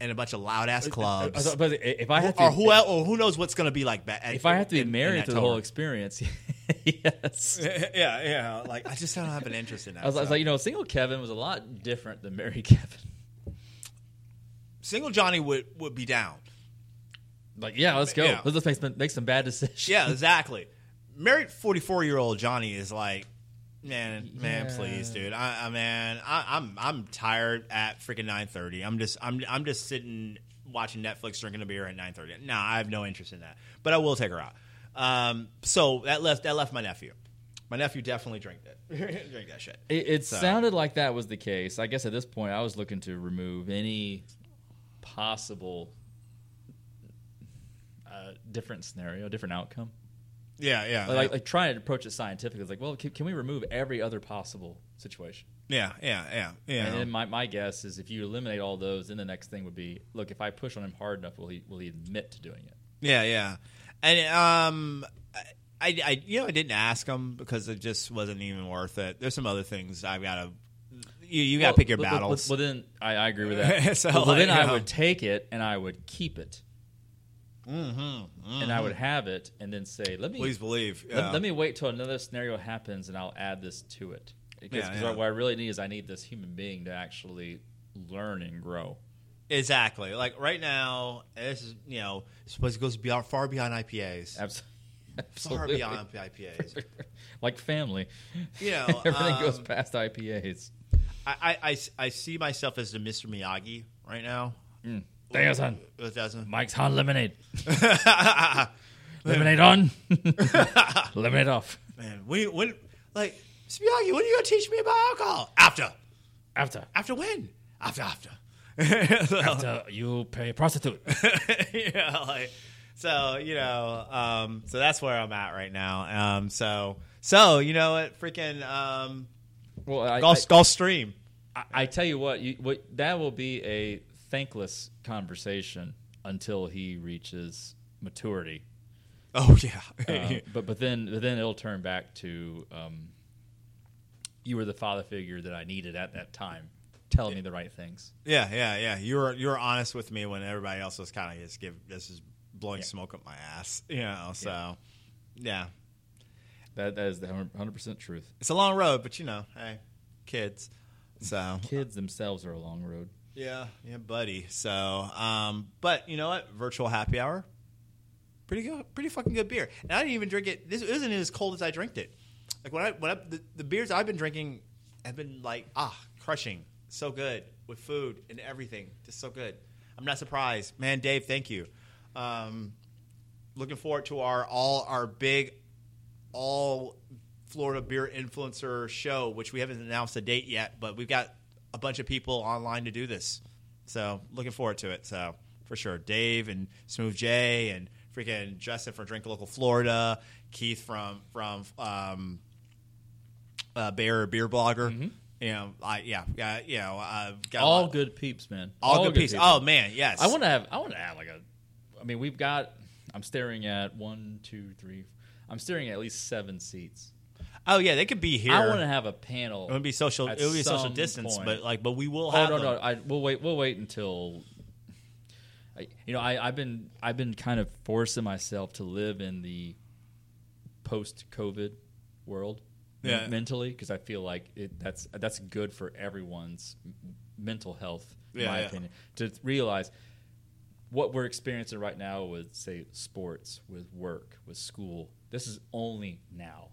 Speaker 3: and a bunch of loud ass clubs,
Speaker 2: I thought- but if I had to,
Speaker 3: or who el- or who knows what's going to be like. ba-
Speaker 2: if I had to be
Speaker 3: in- in
Speaker 2: married
Speaker 3: that
Speaker 2: to the whole
Speaker 3: total-
Speaker 2: experience, yes.
Speaker 3: yeah, yeah, like I just don't have an interest in that.
Speaker 2: I was, I was
Speaker 3: so.
Speaker 2: like, you know, single Kevin was a lot different than married Kevin.
Speaker 3: single Johnny would would be down.
Speaker 2: Like, yeah, let's go.
Speaker 3: Yeah.
Speaker 2: Let's make some, make some bad decisions.
Speaker 3: Yeah, exactly. Married forty four year old Johnny is like, man, man,
Speaker 2: Yeah.
Speaker 3: please, dude. I, I man, I, I'm I'm tired at freaking nine thirty. I'm just I'm I'm just sitting watching Netflix, drinking a beer at nine thirty. No, I have no interest in that. But I will take her out. Um, so that left that left my nephew. My nephew definitely drank that drink that shit.
Speaker 2: It, it
Speaker 3: So-
Speaker 2: sounded like that was the case. I guess at this point, I was looking to remove any possible uh, different scenario, different outcome.
Speaker 3: Yeah, yeah,
Speaker 2: Like, like, like trying to approach it scientifically. It's like, well, can, can we remove every other possible situation?
Speaker 3: yeah, yeah, yeah, yeah.
Speaker 2: And then my, my guess is if you eliminate all those, then the next thing would be, look, if I push on him hard enough, will he will he admit to doing it?
Speaker 3: Yeah, yeah, and um, I, I, you know, I didn't ask him because it just wasn't even worth it. There's some other things I've got to. You, you got to
Speaker 2: Well,
Speaker 3: pick your
Speaker 2: but- but-
Speaker 3: battles.
Speaker 2: But, but then I, I agree with that.
Speaker 3: So,
Speaker 2: but, but then
Speaker 3: like, you
Speaker 2: I
Speaker 3: know.
Speaker 2: would take it and I would keep it, and I would have it, and then say, let
Speaker 3: Mm-hmm,
Speaker 2: me
Speaker 3: Please believe.
Speaker 2: let, let me wait till another scenario happens, and I'll add this to it. Because
Speaker 3: Yeah,
Speaker 2: 'cause
Speaker 3: yeah.
Speaker 2: what I really need is I need this human being to actually learn and grow.
Speaker 3: exactly. Like right now, this is you know it's supposed to go beyond, far beyond IPAs,
Speaker 2: Abs-
Speaker 3: far
Speaker 2: Absolutely.
Speaker 3: beyond IPAs.
Speaker 2: like family.
Speaker 3: You know,
Speaker 2: everything goes
Speaker 3: um,
Speaker 2: past IPAs.
Speaker 3: I, I- I s- I see myself as the Mr. Miyagi right now.
Speaker 2: Damn, son.
Speaker 3: It doesn't.
Speaker 2: Mike's hot lemonade. lemonade on, lemonade off.
Speaker 3: Man, when when like Mr. Miyagi, when are you gonna teach me about alcohol? After.
Speaker 2: After,
Speaker 3: After when? After after.
Speaker 2: after you pay a prostitute.
Speaker 3: you know, like, so you know, um, so that's where I'm at right now. Um, so so you know what, freaking um,
Speaker 2: Well, I,
Speaker 3: Gulf Gulf Stream.
Speaker 2: I, I tell you what, you, what that will be a thankless conversation until he reaches maturity.
Speaker 3: Oh yeah,
Speaker 2: Uh, but but then but then it'll turn back to um, you were the father figure that I needed at that time, telling me the right things.
Speaker 3: yeah, yeah, yeah. You were you were honest with me when everybody else was kind of just give this is blowing smoke up my ass. You know, so yeah,
Speaker 2: That that is the hundred percent truth.
Speaker 3: it's a long road, but you know, hey, kids. So
Speaker 2: Kids themselves are a long road.
Speaker 3: Yeah, yeah, buddy. So, um, but you know what? Virtual happy hour, pretty good, pretty fucking good beer. And I didn't even drink it. This isn't as cold as I drank it. Like when I when I, the, the beers I've been drinking have been like ah crushing, so good with food and everything, just so good. I'm not surprised, man. Dave, thank you. Um, looking forward to our all our big all Florida beer influencer show, which we haven't announced a date yet, but we've got a bunch of people online to do this. So looking forward to it. So for sure, Dave and Smooth J and freaking Justin from Drink Local Florida, Keith from from um, uh, Bear Beer Blogger. You know, I yeah, got you know, uh, got a
Speaker 2: Mm-hmm. all
Speaker 3: lot-
Speaker 2: good peeps, man.
Speaker 3: all, good, pieces.
Speaker 2: people.
Speaker 3: Oh man, yes.
Speaker 2: I want to have. I want to have like a. I mean, we've got. I'm staring at one, two, three. I'm staring at at least seven seats.
Speaker 3: Oh yeah, they could be here.
Speaker 2: I want to have a panel.
Speaker 3: it would be social.
Speaker 2: at
Speaker 3: It would be social
Speaker 2: some
Speaker 3: distance,
Speaker 2: point.
Speaker 3: but like, but we will
Speaker 2: Oh
Speaker 3: have.
Speaker 2: no,
Speaker 3: them.
Speaker 2: no. I, we'll wait. We'll wait until. I, you know, I, I've been I've been kind of forcing myself to live in the post-COVID world men-
Speaker 3: Yeah.
Speaker 2: mentally because I feel like it, that's that's good for everyone's m- mental health, in
Speaker 3: Yeah,
Speaker 2: my
Speaker 3: yeah.
Speaker 2: opinion, to realize what we're experiencing right now with say sports, with work, with school. This is only now.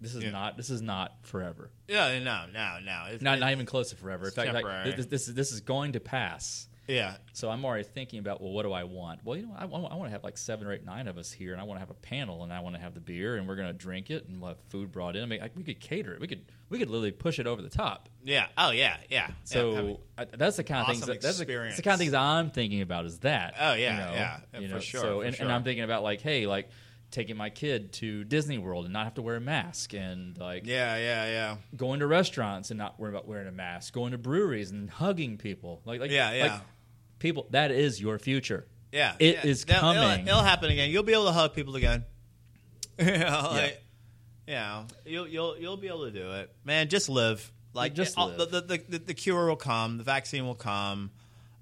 Speaker 2: This is
Speaker 3: Yeah.
Speaker 2: not. This is not forever.
Speaker 3: Yeah, no, no, no. It's,
Speaker 2: Not not even close to forever. In
Speaker 3: It's
Speaker 2: fact, like,
Speaker 3: temporary.
Speaker 2: this, this is this is going to pass.
Speaker 3: yeah,
Speaker 2: So I'm already thinking about, well, what do I want? Well, you know, I, want to have like seven or eight, nine of us here, and I want to have a panel, and I want to have the beer, and we're gonna drink it, and we'll have food brought in. I mean, I, we could cater it. We could we could literally push it over the top.
Speaker 3: yeah. Oh yeah, yeah.
Speaker 2: So
Speaker 3: Yeah, I mean,
Speaker 2: I, that's the kind of
Speaker 3: awesome
Speaker 2: things. That, that's, the, that's
Speaker 3: experience.
Speaker 2: the kind of things I'm thinking about. Is that?
Speaker 3: Oh, yeah, yeah, yeah, for sure,
Speaker 2: So
Speaker 3: for
Speaker 2: and,
Speaker 3: sure.
Speaker 2: and I'm thinking about like, hey, like taking my kid to Disney World and not have to wear a mask, and like
Speaker 3: yeah, yeah, yeah.
Speaker 2: going to restaurants and not worrying about wearing a mask, going to breweries and hugging people. Like, like
Speaker 3: Yeah, yeah.
Speaker 2: like, people, that is your future.
Speaker 3: Yeah,
Speaker 2: It
Speaker 3: yeah.
Speaker 2: is
Speaker 3: They'll- it'll-
Speaker 2: coming.
Speaker 3: It'll, happen again. You'll be able to hug people again. yeah, like, yeah. You'll you'll you'll be able to do it, man. Just live. Like
Speaker 2: Just
Speaker 3: all-
Speaker 2: live.
Speaker 3: The, the, the the cure will come. The vaccine will come.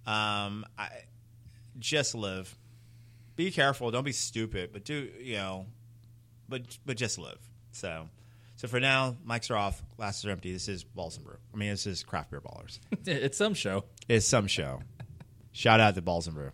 Speaker 3: Um, I just live. Be careful. Don't be stupid. But do you know? But but just live. So. So for now, mics are off, glasses are empty. This is Balls and Brew. I mean, this is Craft Beer Ballers.
Speaker 2: It's some show.
Speaker 3: It's some show. Shout out to Balls and Brew.